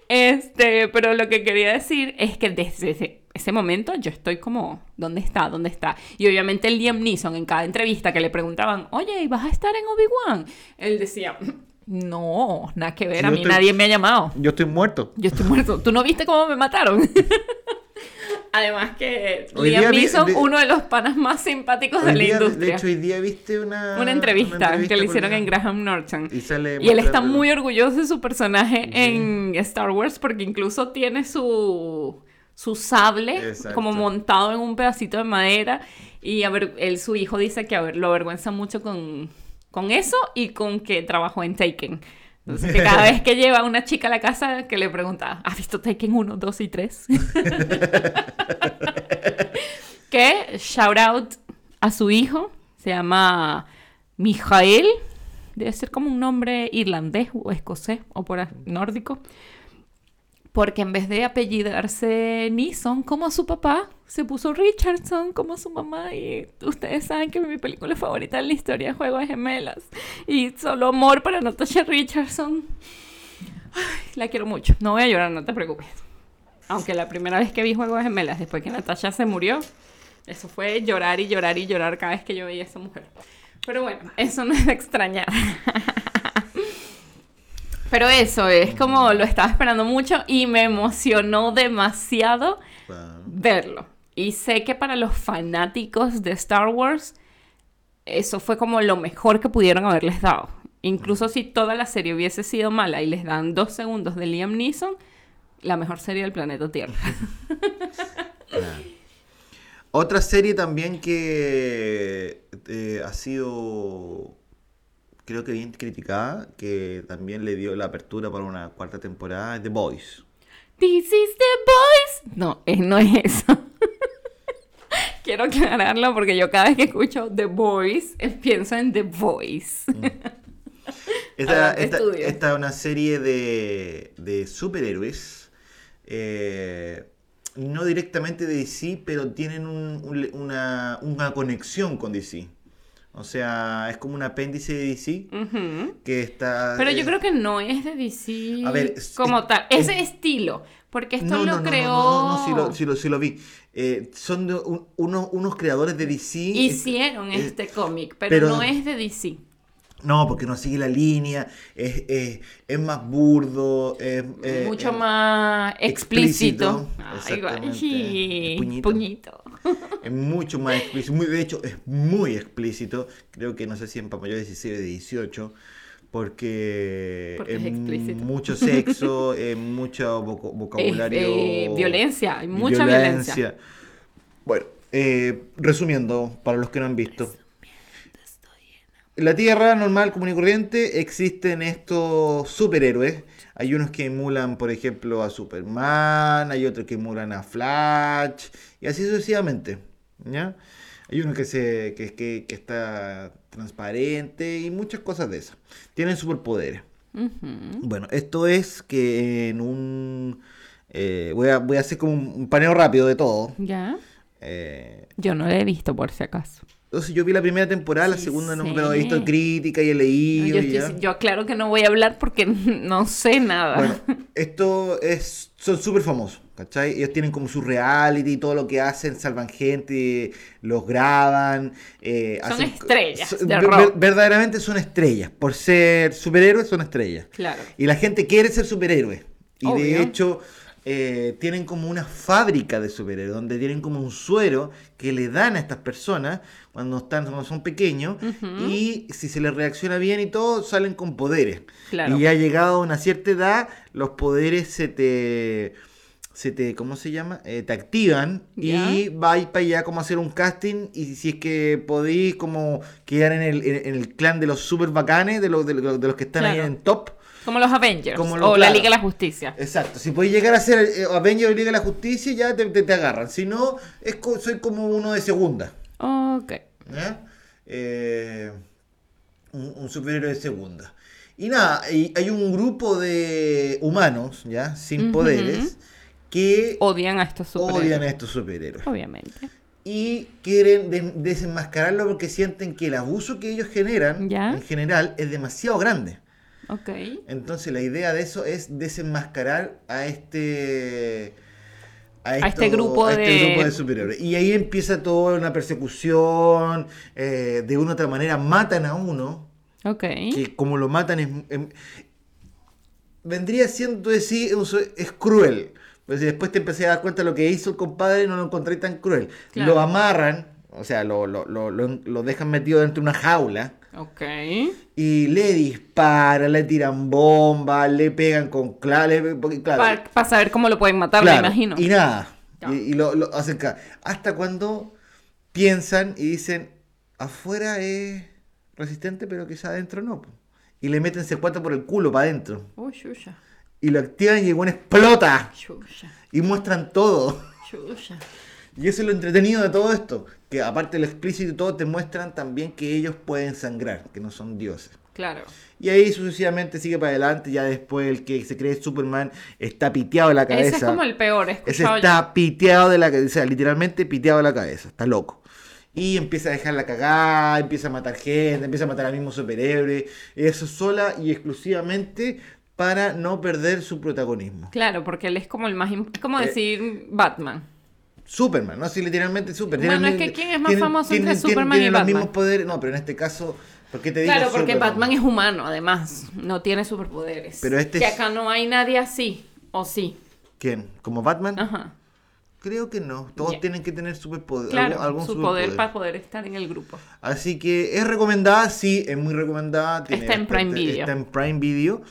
[SPEAKER 1] Este, pero lo que quería decir es que desde ese, ese momento yo estoy como, ¿dónde está? ¿Dónde está? Y obviamente Liam Neeson en cada entrevista que le preguntaban, oye, ¿y vas a estar en Obi-Wan? Él decía, no, nada que ver,
[SPEAKER 2] Yo
[SPEAKER 1] a mí
[SPEAKER 2] estoy-
[SPEAKER 1] nadie me ha llamado.
[SPEAKER 2] Yo estoy muerto.
[SPEAKER 1] Yo estoy muerto. ¿Tú no viste cómo me mataron? [laughs] Además que
[SPEAKER 2] Hoy
[SPEAKER 1] Liam
[SPEAKER 2] día vi-
[SPEAKER 1] Neeson,
[SPEAKER 2] de-
[SPEAKER 1] uno de los panas más simpáticos
[SPEAKER 2] Hoy
[SPEAKER 1] de [laughs] la
[SPEAKER 2] día- de
[SPEAKER 1] industria.
[SPEAKER 2] hecho, hoy día viste una,
[SPEAKER 1] una, entrevista que
[SPEAKER 2] con
[SPEAKER 1] le hicieron
[SPEAKER 2] Liam.
[SPEAKER 1] en Graham Norton.
[SPEAKER 2] Y, sale
[SPEAKER 1] Y él está
[SPEAKER 2] mostrando-
[SPEAKER 1] muy orgulloso de su personaje
[SPEAKER 2] Sí.
[SPEAKER 1] en Star Wars porque incluso tiene su, su sable
[SPEAKER 2] Exacto.
[SPEAKER 1] como montado en un pedacito de madera y a ver, él, su hijo dice que a ver, lo avergüenza mucho con, con eso y con que trabajó en Taken. Entonces, que cada vez que lleva una chica a la casa que le pregunta, ¿has visto Taken 1, 2 y 3? que shout out a su hijo, se llama Mijael, debe ser como un nombre irlandés o escocés o por a- nórdico, porque en vez de apellidarse Nison como su papá, se puso Richardson como su mamá y ustedes saben que mi película favorita en la historia es Juego de Gemelas y solo amor para Natasha Richardson. Ay, la quiero mucho, no voy a llorar, no te preocupes. Aunque la primera vez que vi Juego de Gemelas, después que Natasha se murió, eso fue llorar y llorar y llorar cada vez que yo veía a esa mujer. Pero bueno, eso no es de extrañar. Pero eso es como lo estaba esperando mucho y me emocionó demasiado
[SPEAKER 2] Claro.
[SPEAKER 1] verlo. Y sé que para los fanáticos de Star Wars, eso fue como lo mejor que pudieron haberles dado. Incluso si toda la serie hubiese sido mala y les dan dos segundos de Liam Neeson, la mejor serie del planeta Tierra.
[SPEAKER 2] Otra serie también que eh, ha sido, creo que bien criticada, que también le dio la apertura para una cuarta temporada, es The Boys.
[SPEAKER 1] This is the boys. No, eh, no es eso. [laughs] Quiero aclararlo porque yo cada vez que escucho The Boys eh, pienso en The Voice.
[SPEAKER 2] Esta,
[SPEAKER 1] Ah,
[SPEAKER 2] esta-
[SPEAKER 1] estudio.
[SPEAKER 2] esta es una serie de, de superhéroes. eh, no directamente de DC, pero tienen un- un- una, una conexión con DC. O sea, es como un apéndice de DC
[SPEAKER 1] Ujú.
[SPEAKER 2] que está...
[SPEAKER 1] Mm. Pero yo
[SPEAKER 2] es-
[SPEAKER 1] creo que no es de DC
[SPEAKER 2] Eh, A ver, es-
[SPEAKER 1] como
[SPEAKER 2] es-
[SPEAKER 1] tal. Ese
[SPEAKER 2] es-
[SPEAKER 1] estilo. Porque esto
[SPEAKER 2] No,
[SPEAKER 1] lo
[SPEAKER 2] no, no, no,
[SPEAKER 1] creó.
[SPEAKER 2] No, no, no, sí lo, sí lo, sí lo vi. Eh, son de un- unos, unos creadores de DC.
[SPEAKER 1] Hicieron
[SPEAKER 2] eh,
[SPEAKER 1] este cómic, pero,
[SPEAKER 2] pero-
[SPEAKER 1] no es de DC.
[SPEAKER 2] No, porque no sigue la línea, es, es, es más burdo, es, es-
[SPEAKER 1] Mucho
[SPEAKER 2] es-
[SPEAKER 1] más explícito.
[SPEAKER 2] eh, explícito,
[SPEAKER 1] Ay, guay,
[SPEAKER 2] exactamente.
[SPEAKER 1] sí,
[SPEAKER 2] El puñito.
[SPEAKER 1] puñito.
[SPEAKER 2] es mucho más explícito. Muy, de hecho, es muy explícito. Creo que no sé si en para mayores de 16 o de 18. Porque,
[SPEAKER 1] Porque es
[SPEAKER 2] es
[SPEAKER 1] explícito.
[SPEAKER 2] mucho
[SPEAKER 1] [laughs]
[SPEAKER 2] sexo, es mucho voco-
[SPEAKER 1] Es,
[SPEAKER 2] vocabulario.
[SPEAKER 1] eh, violencia, hay mucha violencia.
[SPEAKER 2] Bueno, eh, resumiendo, para los que no han visto. En la Tierra normal, común y corriente, existen estos superhéroes. Hay unos que emulan, por ejemplo, a Superman, hay otros que emulan a Flash, y así sucesivamente. ¿ya? Hay uno que, se, que, que, que está transparente y muchas cosas de esas. Tienen superpoderes.
[SPEAKER 1] Ujú.
[SPEAKER 2] Bueno, esto es que en un... eh, voy, a, voy a hacer como un, un paneo rápido de todo.
[SPEAKER 1] Ya.
[SPEAKER 2] Eh,
[SPEAKER 1] Yo no la he visto, por si acaso.
[SPEAKER 2] entonces yo vi la primera temporada, la
[SPEAKER 1] Sí,
[SPEAKER 2] segunda no,
[SPEAKER 1] sí.
[SPEAKER 2] pero he visto en crítica y he leído.
[SPEAKER 1] yo,
[SPEAKER 2] y
[SPEAKER 1] estoy-
[SPEAKER 2] ya.
[SPEAKER 1] yo claro que no voy a hablar porque [laughs] no sé nada.
[SPEAKER 2] Bueno,
[SPEAKER 1] [laughs]
[SPEAKER 2] esto es, son súper famosos, ¿cachai? Ellos tienen como su reality, todo lo que hacen, salvan gente, los graban. eh,
[SPEAKER 1] Son
[SPEAKER 2] hacen-
[SPEAKER 1] estrellas
[SPEAKER 2] son-
[SPEAKER 1] de
[SPEAKER 2] ver-
[SPEAKER 1] rock.
[SPEAKER 2] verdaderamente son estrellas. Por ser superhéroes, son estrellas.
[SPEAKER 1] claro.
[SPEAKER 2] Y la gente quiere ser superhéroe. Y
[SPEAKER 1] Obvio.
[SPEAKER 2] de hecho, eh, tienen como una fábrica de superhéroes, donde tienen como un suero que le dan a estas personas cuando, están, cuando son pequeños.
[SPEAKER 1] Ujú.
[SPEAKER 2] Y si se les reacciona bien y todo, salen con poderes.
[SPEAKER 1] Claro.
[SPEAKER 2] Y ya llegado a una cierta edad, los poderes se te. Se te, ¿Cómo se llama? Eh, te activan y
[SPEAKER 1] Ya.
[SPEAKER 2] vais para allá como a hacer un casting y si es que podéis como quedar en el, en- en el clan de los super bacanes, de los, de los, de los que están ahí
[SPEAKER 1] Claro.
[SPEAKER 2] en top,
[SPEAKER 1] Como los Avengers.
[SPEAKER 2] Como lo-
[SPEAKER 1] o la
[SPEAKER 2] claro.
[SPEAKER 1] Liga de la Justicia.
[SPEAKER 2] Exacto, si podéis llegar a ser eh, Avengers o Liga de la Justicia, ya te, te- te agarran. Si no, es co- soy como uno de segunda.
[SPEAKER 1] Ok.
[SPEAKER 2] ¿ya? Eh, un, un superhéroe de segunda. Y nada, y hay un grupo de humanos, ¿ya? Sin
[SPEAKER 1] Ujú.
[SPEAKER 2] poderes, que
[SPEAKER 1] Odian a estos superhéroes.
[SPEAKER 2] odian a estos superhéroes.
[SPEAKER 1] Obviamente.
[SPEAKER 2] Y quieren de- desenmascararlo porque sienten que el abuso que ellos generan,
[SPEAKER 1] Ya.
[SPEAKER 2] en general, es demasiado grande.
[SPEAKER 1] Ok.
[SPEAKER 2] Entonces la idea de eso es desenmascarar a este
[SPEAKER 1] A este grupo
[SPEAKER 2] a este
[SPEAKER 1] de-
[SPEAKER 2] grupo de superhéroes. Y ahí empieza toda una persecución, eh, de una u otra manera matan a uno,
[SPEAKER 1] Ok.
[SPEAKER 2] que como lo matan es... em- vendría siendo de sí, un su- es cruel. Pero si después te empecé a dar cuenta de lo que hizo el compadre, no lo encontré tan cruel.
[SPEAKER 1] Claro.
[SPEAKER 2] Lo amarran, o sea, lo, lo- lo- lo- lo dejan metido dentro de una jaula.
[SPEAKER 1] Ok.
[SPEAKER 2] Y le disparan, le tiran bombas, le pegan con clave. Porque, claro,
[SPEAKER 1] Para saber cómo lo pueden matar,
[SPEAKER 2] claro,
[SPEAKER 1] me imagino.
[SPEAKER 2] Y nada.
[SPEAKER 1] Ya.
[SPEAKER 2] Y, y lo, lo hacen ca- Hasta cuando piensan y dicen, afuera es resistente, pero quizá adentro no. po". Y le meten C4 por el culo para adentro.
[SPEAKER 1] Uy, Oh, yuya.
[SPEAKER 2] Y lo activan y el weón explota.
[SPEAKER 1] Yuya.
[SPEAKER 2] Y muestran todo. [laughs]
[SPEAKER 1] Yuya.
[SPEAKER 2] Y eso es lo entretenido de todo esto. Que aparte de lo explícito y todo, te muestran también que ellos pueden sangrar, que no son dioses.
[SPEAKER 1] Claro.
[SPEAKER 2] Y ahí sucesivamente sigue para adelante. Ya después el que se cree Superman está piteado de la cabeza.
[SPEAKER 1] Ese es como el peor, he
[SPEAKER 2] Ese
[SPEAKER 1] escuchado yo.
[SPEAKER 2] está piteado de la cabeza. O sea, literalmente piteado de la cabeza. Está loco. Y empieza a dejarla cagar, empieza a matar gente, empieza a matar al mismo superhéroe. Eso sola y exclusivamente para no perder su protagonismo.
[SPEAKER 1] Claro, porque él es como el más... im- Es
[SPEAKER 2] Eh,
[SPEAKER 1] como decir Batman.
[SPEAKER 2] Superman, ¿no? Así literalmente Superman.
[SPEAKER 1] Bueno,
[SPEAKER 2] Tienen-
[SPEAKER 1] es que ¿quién es más
[SPEAKER 2] tienen-
[SPEAKER 1] famoso
[SPEAKER 2] tienen-
[SPEAKER 1] entre
[SPEAKER 2] tienen-
[SPEAKER 1] Superman y
[SPEAKER 2] tienen
[SPEAKER 1] Batman?
[SPEAKER 2] los mismos poderes. No, pero en este caso, ¿por qué te digo
[SPEAKER 1] Claro, porque
[SPEAKER 2] Superman?
[SPEAKER 1] Batman es humano, además. No tiene superpoderes.
[SPEAKER 2] Pero este
[SPEAKER 1] Que
[SPEAKER 2] es-
[SPEAKER 1] acá no hay nadie así. O sí.
[SPEAKER 2] ¿Quién? ¿Como Batman?
[SPEAKER 1] Ajá.
[SPEAKER 2] Creo que no. Todos
[SPEAKER 1] Ya.
[SPEAKER 2] tienen que tener superpoder.
[SPEAKER 1] Claro,
[SPEAKER 2] algún, algún
[SPEAKER 1] su
[SPEAKER 2] superpoder.
[SPEAKER 1] poder para poder estar en el grupo.
[SPEAKER 2] Así que es recomendada, sí, es muy recomendada.
[SPEAKER 1] Está en Prime
[SPEAKER 2] bastante-
[SPEAKER 1] Video.
[SPEAKER 2] Está en Prime Video.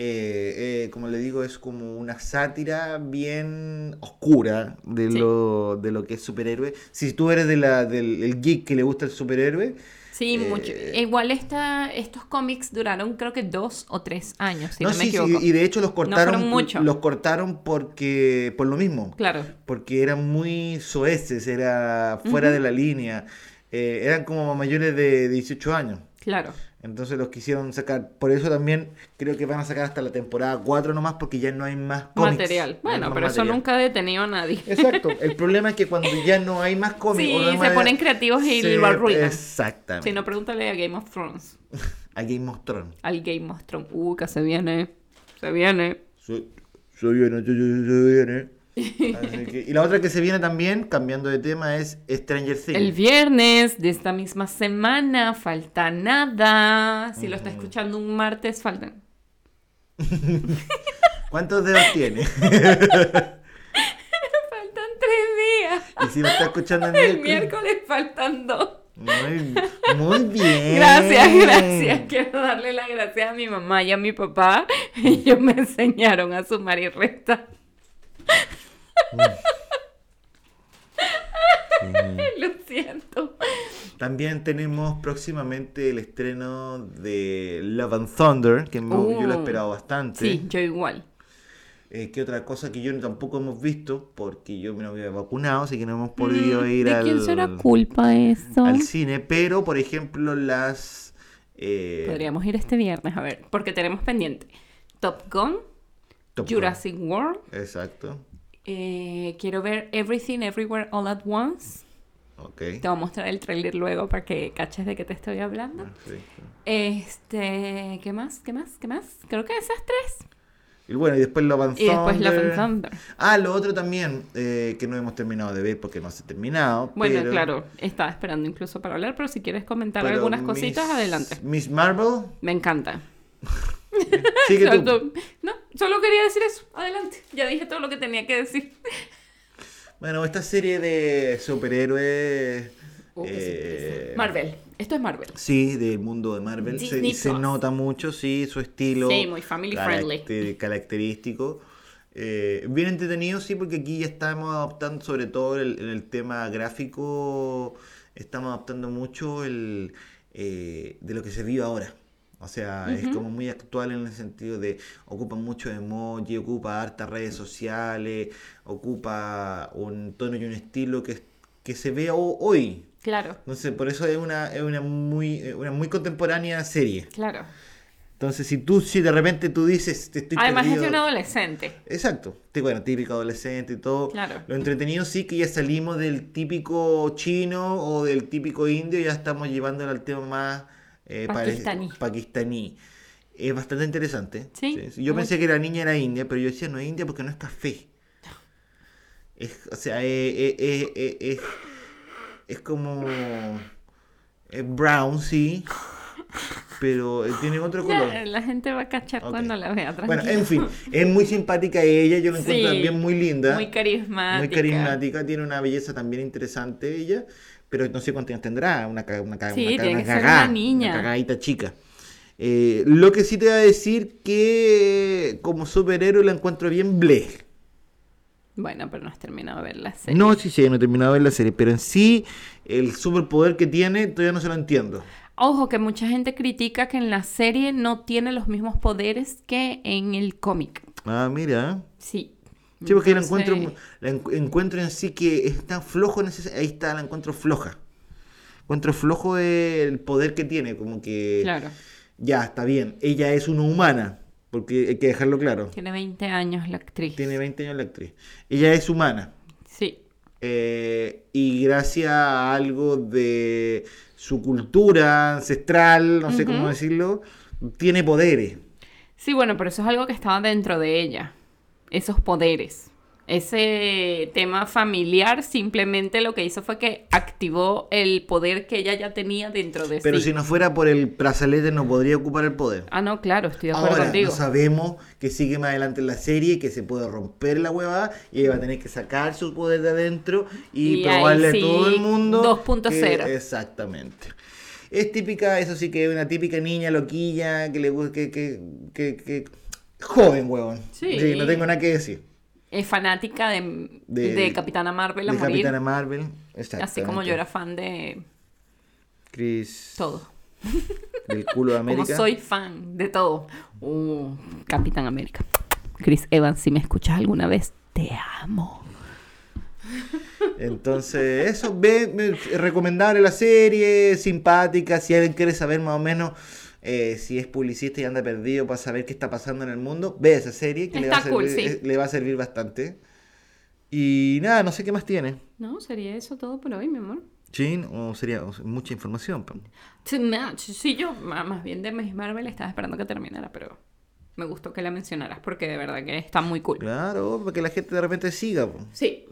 [SPEAKER 2] Eh, eh, como le digo, es como una sátira bien oscura de,
[SPEAKER 1] Sí.
[SPEAKER 2] lo, de lo que es superhéroe. Si tú eres de la, del el geek que le gusta el superhéroe,
[SPEAKER 1] Sí,
[SPEAKER 2] Eh,
[SPEAKER 1] mucho. E Igual esta, estos cómics duraron creo que dos o tres años, si no,
[SPEAKER 2] no,
[SPEAKER 1] me
[SPEAKER 2] sí, sí,
[SPEAKER 1] equivoco.
[SPEAKER 2] y de hecho los
[SPEAKER 1] fueron
[SPEAKER 2] cortaron,
[SPEAKER 1] mucho.
[SPEAKER 2] los cortaron porque por lo mismo,
[SPEAKER 1] Claro.
[SPEAKER 2] porque eran muy soeces, era fuera de la línea, eh, eran como mayores de 18 años.
[SPEAKER 1] Claro.
[SPEAKER 2] Entonces los quisieron sacar. Por eso también creo que van a sacar hasta la temporada 4 nomás, porque ya no hay más cómics.
[SPEAKER 1] material.
[SPEAKER 2] No hay
[SPEAKER 1] Bueno,
[SPEAKER 2] más
[SPEAKER 1] pero eso
[SPEAKER 2] material.
[SPEAKER 1] nunca ha detenido a nadie.
[SPEAKER 2] Exacto. El problema es que cuando ya no hay
[SPEAKER 1] [laughs]
[SPEAKER 2] más cómics.
[SPEAKER 1] Sí,
[SPEAKER 2] o no hay
[SPEAKER 1] se
[SPEAKER 2] más-
[SPEAKER 1] ponen creativos y
[SPEAKER 2] se-
[SPEAKER 1] lo arruinan.
[SPEAKER 2] Exactamente.
[SPEAKER 1] Si no, pregúntale a Game of Thrones.
[SPEAKER 2] A Game of Thrones.
[SPEAKER 1] Al Game of Thrones. Uh, que se viene. Se viene.
[SPEAKER 2] Soy, soy bien, soy-
[SPEAKER 1] [laughs]
[SPEAKER 2] soy- soy bien, ¿eh? Así que- y la otra que se viene también, cambiando de tema, es Stranger Things.
[SPEAKER 1] El viernes de esta misma semana. Falta nada. Si lo está escuchando un martes, faltan.
[SPEAKER 2] ¿Cuántos dedos tiene?
[SPEAKER 1] Faltan tres días.
[SPEAKER 2] Y si lo está escuchando
[SPEAKER 1] [laughs] El miércoles faltan dos.
[SPEAKER 2] Muy,
[SPEAKER 1] [laughs]
[SPEAKER 2] muy bien.
[SPEAKER 1] Gracias, gracias. Quiero darle las gracias a mi mamá y a mi papá. [laughs] Ellos me enseñaron a sumar y restar. [laughs] Lo siento.
[SPEAKER 2] También tenemos próximamente el estreno de Love and Thunder, que me- yo lo he
[SPEAKER 1] Uh.
[SPEAKER 2] esperado bastante.
[SPEAKER 1] Sí, yo igual.
[SPEAKER 2] eh, ¿Qué otra cosa que yo tampoco hemos visto? Porque yo no había vacunado, así que no hemos podido ir
[SPEAKER 1] Mm, ¿De
[SPEAKER 2] al,
[SPEAKER 1] quién será culpa eso?
[SPEAKER 2] al cine. Pero, por ejemplo, las... eh,
[SPEAKER 1] Podríamos ir este viernes, a ver, porque tenemos pendiente Top Gun,
[SPEAKER 2] Top Gun.
[SPEAKER 1] Jurassic World,
[SPEAKER 2] Exacto.
[SPEAKER 1] eh, quiero ver Everything Everywhere All at Once.
[SPEAKER 2] Ok.
[SPEAKER 1] Te voy a mostrar el tráiler luego para que caches de qué te estoy hablando.
[SPEAKER 2] Perfecto.
[SPEAKER 1] Este, ¿qué más? ¿Qué más? ¿Qué más? Creo que esas tres.
[SPEAKER 2] Y bueno, y después la Van
[SPEAKER 1] Y después la
[SPEAKER 2] Thunder.
[SPEAKER 1] Thunder.
[SPEAKER 2] Ah, lo otro también, eh, que no hemos terminado de ver porque no se ha terminado.
[SPEAKER 1] Bueno,
[SPEAKER 2] pero-
[SPEAKER 1] claro, estaba esperando incluso para hablar, pero si quieres comentar
[SPEAKER 2] pero
[SPEAKER 1] algunas cositas,
[SPEAKER 2] Miss-
[SPEAKER 1] adelante.
[SPEAKER 2] Miss
[SPEAKER 1] [laughs]
[SPEAKER 2] Marvel,
[SPEAKER 1] Me encanta.
[SPEAKER 2] sigue tú.
[SPEAKER 1] Solo- No, solo quería decir eso. Adelante. Ya dije todo lo que tenía que decir.
[SPEAKER 2] Bueno, esta serie de superhéroes.
[SPEAKER 1] Oh, qué
[SPEAKER 2] eh,
[SPEAKER 1] sorpresa. Marvel. Esto es Marvel.
[SPEAKER 2] Sí, del mundo de Marvel. Se,
[SPEAKER 1] Disney
[SPEAKER 2] se
[SPEAKER 1] Plus.
[SPEAKER 2] nota mucho, sí, su estilo.
[SPEAKER 1] Sí, muy family friendly.
[SPEAKER 2] caracter- Característico. Eh, bien entretenido, sí, porque aquí ya estamos adoptando, sobre todo el- en el, tema gráfico, estamos adoptando mucho el, eh, de lo que se vive ahora. O sea, es como muy actual en el sentido de ocupa mucho emoji, ocupa hartas redes sociales, ocupa un tono y un estilo que, que se ve ho- hoy,
[SPEAKER 1] Claro,
[SPEAKER 2] entonces, por eso es una, es una muy eh, una muy contemporánea serie.
[SPEAKER 1] claro.
[SPEAKER 2] Entonces, si tú, si de repente tú dices, te estoy
[SPEAKER 1] Además es
[SPEAKER 2] perdido...
[SPEAKER 1] de un adolescente.
[SPEAKER 2] Exacto. Te- Bueno, típico adolescente y todo.
[SPEAKER 1] Claro.
[SPEAKER 2] Lo entretenido sí que ya salimos del típico chino o del típico indio, ya estamos llevándolo al tema más eh, pare-
[SPEAKER 1] Pakistaní.
[SPEAKER 2] pakistaní. Es bastante interesante.
[SPEAKER 1] Sí,
[SPEAKER 2] Yo
[SPEAKER 1] muy.
[SPEAKER 2] pensé que la niña era india, pero yo decía no es india porque no es café. Es- o sea, eh, eh, eh, eh, es, es como es brown, sí, pero eh, tiene otro color.
[SPEAKER 1] La, la gente va a cachar
[SPEAKER 2] Ok.
[SPEAKER 1] cuando la vea.
[SPEAKER 2] Bueno,
[SPEAKER 1] tranquila.
[SPEAKER 2] en fin, es muy simpática ella, yo la encuentro
[SPEAKER 1] Sí,
[SPEAKER 2] también muy linda,
[SPEAKER 1] Muy
[SPEAKER 2] muy
[SPEAKER 1] carismática.
[SPEAKER 2] carismática. tiene una belleza también interesante ella, pero no sé cuántos años tendrá, una, ca- una, ca-
[SPEAKER 1] Sí,
[SPEAKER 2] una, ca-
[SPEAKER 1] tiene
[SPEAKER 2] una
[SPEAKER 1] que ser
[SPEAKER 2] cagá,
[SPEAKER 1] una niña.
[SPEAKER 2] una cagadita chica. Eh, lo que sí te voy a decir que como superhéroe la encuentro bien bleh.
[SPEAKER 1] Bueno, pero no has terminado de ver la serie.
[SPEAKER 2] No, sí, sí, no he terminado de ver la serie, pero en sí el superpoder que tiene todavía no se lo entiendo.
[SPEAKER 1] Ojo, que mucha gente critica que en la serie no tiene los mismos poderes que en el cómic.
[SPEAKER 2] Ah, mira.
[SPEAKER 1] Sí.
[SPEAKER 2] Sí, porque la
[SPEAKER 1] Entonces,
[SPEAKER 2] encuentro, la encu- encuentro en sí que es tan flojo, en ese- ahí está, la encuentro floja. Encuentro flojo el poder que tiene, como que
[SPEAKER 1] Claro.
[SPEAKER 2] ya está bien, ella es una humana, porque hay que dejarlo claro.
[SPEAKER 1] Tiene 20 años la actriz.
[SPEAKER 2] Tiene 20 años la actriz. Ella es humana.
[SPEAKER 1] Sí.
[SPEAKER 2] eh, y gracias a algo de su cultura ancestral, no sé cómo decirlo, tiene poderes.
[SPEAKER 1] Sí, bueno, pero eso es algo que estaba dentro de ella. Esos poderes. Ese tema familiar simplemente lo que hizo fue que activó el poder que ella ya tenía dentro de
[SPEAKER 2] Pero
[SPEAKER 1] sí.
[SPEAKER 2] si no fuera por el brazalete no podría ocupar el poder.
[SPEAKER 1] Ah, no, claro, estoy de acuerdo
[SPEAKER 2] Ahora,
[SPEAKER 1] contigo.
[SPEAKER 2] no sabemos que sigue más adelante en la serie, que se puede romper la huevada y ella va a tener que sacar su poder de adentro y,
[SPEAKER 1] Y
[SPEAKER 2] probarle
[SPEAKER 1] ahí
[SPEAKER 2] a todo
[SPEAKER 1] sí,
[SPEAKER 2] el mundo.
[SPEAKER 1] 2.0.
[SPEAKER 2] que- Exactamente. Es típica, eso sí que es una típica niña loquilla que le gusta, que, que, que, que- Joven, huevón.
[SPEAKER 1] Sí.
[SPEAKER 2] No tengo nada que decir.
[SPEAKER 1] Es fanática de,
[SPEAKER 2] De-
[SPEAKER 1] de Capitana Marvel a
[SPEAKER 2] de
[SPEAKER 1] morir.
[SPEAKER 2] Capitana Marvel.
[SPEAKER 1] Así como
[SPEAKER 2] exactamente.
[SPEAKER 1] yo era fan de
[SPEAKER 2] Chris.
[SPEAKER 1] todo.
[SPEAKER 2] Del culo de América.
[SPEAKER 1] [laughs] Como soy fan de todo. Uh, Capitán América. Chris Evans, si me escuchas alguna vez, te amo.
[SPEAKER 2] Entonces, eso, ve, ve, es recomendable la serie, simpática, si alguien quiere saber más o menos eh, si es publicista y anda perdido para saber qué está pasando en el mundo, ve esa serie que le va, a
[SPEAKER 1] Está cool,
[SPEAKER 2] servir,
[SPEAKER 1] sí.
[SPEAKER 2] eh, le va a servir bastante. Y nada, no sé qué más tiene.
[SPEAKER 1] No, sería eso todo por hoy, mi amor.
[SPEAKER 2] Chin, o sería o sea, mucha información. pues. pero-
[SPEAKER 1] Too much. Sí, yo ma- más bien de Miss Marvel estaba esperando que terminara, pero me gustó que la mencionaras porque de verdad que está muy cool.
[SPEAKER 2] Claro, para que la gente de repente siga. pues. po.
[SPEAKER 1] Sí.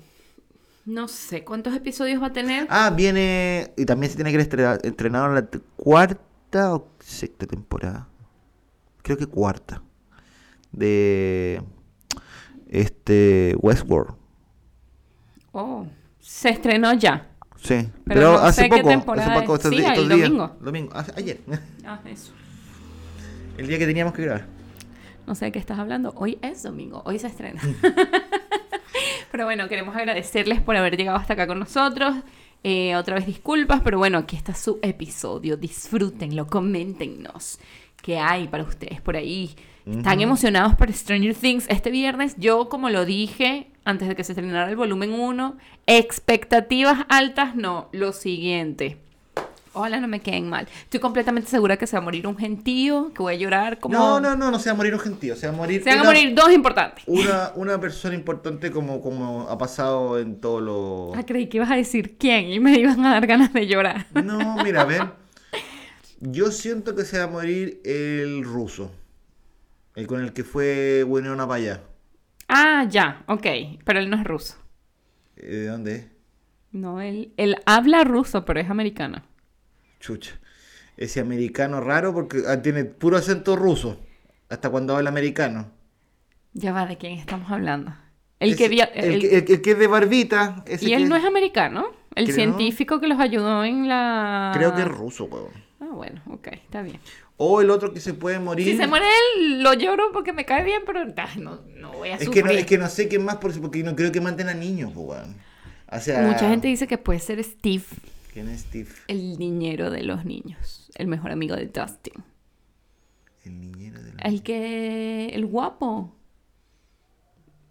[SPEAKER 1] No sé cuántos episodios va a tener.
[SPEAKER 2] Ah, viene, y también se tiene que estrenar entrenado en la t- cuarta o sexta temporada. Creo que cuarta. De este Westworld.
[SPEAKER 1] Oh, se estrenó ya.
[SPEAKER 2] Sí, pero,
[SPEAKER 1] no
[SPEAKER 2] hace
[SPEAKER 1] sé qué
[SPEAKER 2] poco,
[SPEAKER 1] temporada
[SPEAKER 2] hace poco,
[SPEAKER 1] es.
[SPEAKER 2] estos,
[SPEAKER 1] Sí,
[SPEAKER 2] di-
[SPEAKER 1] el
[SPEAKER 2] estos días.
[SPEAKER 1] domingo.
[SPEAKER 2] hace- ayer. [laughs]
[SPEAKER 1] Ah, eso.
[SPEAKER 2] El día que teníamos que grabar.
[SPEAKER 1] No sé de qué estás hablando. Hoy es domingo, hoy se estrena.
[SPEAKER 2] Mm.
[SPEAKER 1] [laughs] pero bueno, queremos agradecerles por haber llegado hasta acá con nosotros. Eh, otra vez disculpas, pero bueno, aquí está su episodio. Disfrútenlo, coméntenos. que hay para ustedes por ahí. Están
[SPEAKER 2] Ujú.
[SPEAKER 1] emocionados por Stranger Things. Este viernes, yo, como lo dije antes de que se estrenara el volumen 1, expectativas altas, no. Lo siguiente. Hola, no me queden mal. Estoy completamente segura que se va a morir un gentío, que voy a llorar como...
[SPEAKER 2] No, no, no, no se va a morir un gentío, se va a morir.
[SPEAKER 1] Se van a
[SPEAKER 2] una-
[SPEAKER 1] morir dos importantes.
[SPEAKER 2] Una, una persona importante como, como ha pasado en todos los.
[SPEAKER 1] Ah, creí que ibas a decir quién y me [laughs] iban a dar ganas de llorar.
[SPEAKER 2] No, mira, a ver. Yo siento que se va a morir el ruso. El con el que fue Winona para allá.
[SPEAKER 1] Ah, ya, ok. Pero él no es ruso.
[SPEAKER 2] Eh, ¿De dónde es?
[SPEAKER 1] No, él, él habla ruso, pero es americano.
[SPEAKER 2] Chucha. Ese americano raro porque ah, tiene puro acento ruso. Hasta cuando habla americano.
[SPEAKER 1] Ya va, ¿de quién estamos hablando? El
[SPEAKER 2] Ese-
[SPEAKER 1] que... via-
[SPEAKER 2] el,
[SPEAKER 1] el-
[SPEAKER 2] que- el que- el que es de barbita. ese
[SPEAKER 1] y
[SPEAKER 2] que-
[SPEAKER 1] él no es americano. El
[SPEAKER 2] Creo-
[SPEAKER 1] científico que los ayudó en la...
[SPEAKER 2] Creo que es ruso, weón.
[SPEAKER 1] Ah, bueno, ok, está bien.
[SPEAKER 2] O el otro que se puede morir.
[SPEAKER 1] Si se muere él, lo lloro porque me cae bien, pero ah, no, no voy a
[SPEAKER 2] es, que
[SPEAKER 1] sufrir.
[SPEAKER 2] no, es que no sé quién más por- porque no creo que maten a niños, po, weón. O sea,
[SPEAKER 1] Mucha gente dice que puede ser Steve,
[SPEAKER 2] ¿Quién es Steve?
[SPEAKER 1] el niñero de los niños. El mejor amigo de Dustin.
[SPEAKER 2] El niñero de la...
[SPEAKER 1] El que... El guapo.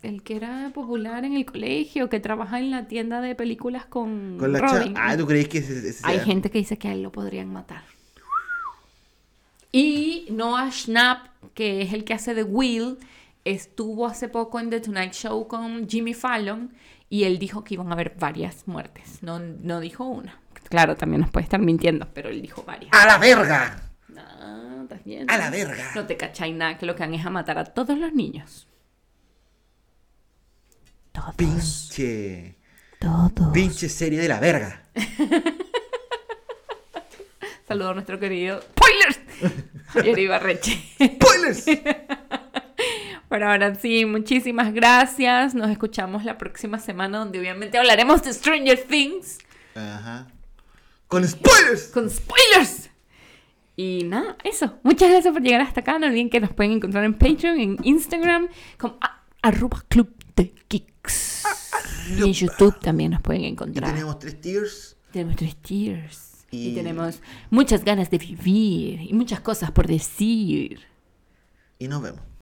[SPEAKER 1] El que era popular en el colegio, que trabaja en la tienda de películas con,
[SPEAKER 2] Con la cha...
[SPEAKER 1] Robin.
[SPEAKER 2] Ah, ¿tú crees que ese, ese
[SPEAKER 1] Hay
[SPEAKER 2] sea?
[SPEAKER 1] gente que dice que a él lo podrían matar. Y Noah Schnapp, que es el que hace de Will, estuvo hace poco en The Tonight Show con Jimmy Fallon y él dijo que iban a haber varias muertes. No, no dijo una. Claro, también nos puede estar mintiendo, pero él dijo varias.
[SPEAKER 2] ¡A la verga!
[SPEAKER 1] No, estás bien.
[SPEAKER 2] Ah. A la verga.
[SPEAKER 1] No te cacháis nada, que lo que han es a matar a todos los niños. Todos.
[SPEAKER 2] Pinche...
[SPEAKER 1] Todos.
[SPEAKER 2] Pinche serie de la verga.
[SPEAKER 1] Saludo a nuestro querido spoilers Javier Ibarreche.
[SPEAKER 2] ¡Spoilers!
[SPEAKER 1] Bueno, ahora sí, muchísimas gracias. Nos escuchamos la próxima semana donde obviamente hablaremos de Stranger Things
[SPEAKER 2] Ajá. ¡Con spoilers!
[SPEAKER 1] con spoilers. Y nada, eso. Muchas gracias por llegar hasta acá. No olviden que nos pueden encontrar en Patreon, en Instagram, como a- arroba club de geeks. Y en YouTube también nos pueden
[SPEAKER 2] Y
[SPEAKER 1] encontrar.
[SPEAKER 2] tenemos tres tiers.
[SPEAKER 1] Tenemos tres tiers. Y...
[SPEAKER 2] Y-
[SPEAKER 1] tenemos muchas ganas de vivir y muchas cosas por decir.
[SPEAKER 2] Y nos vemos.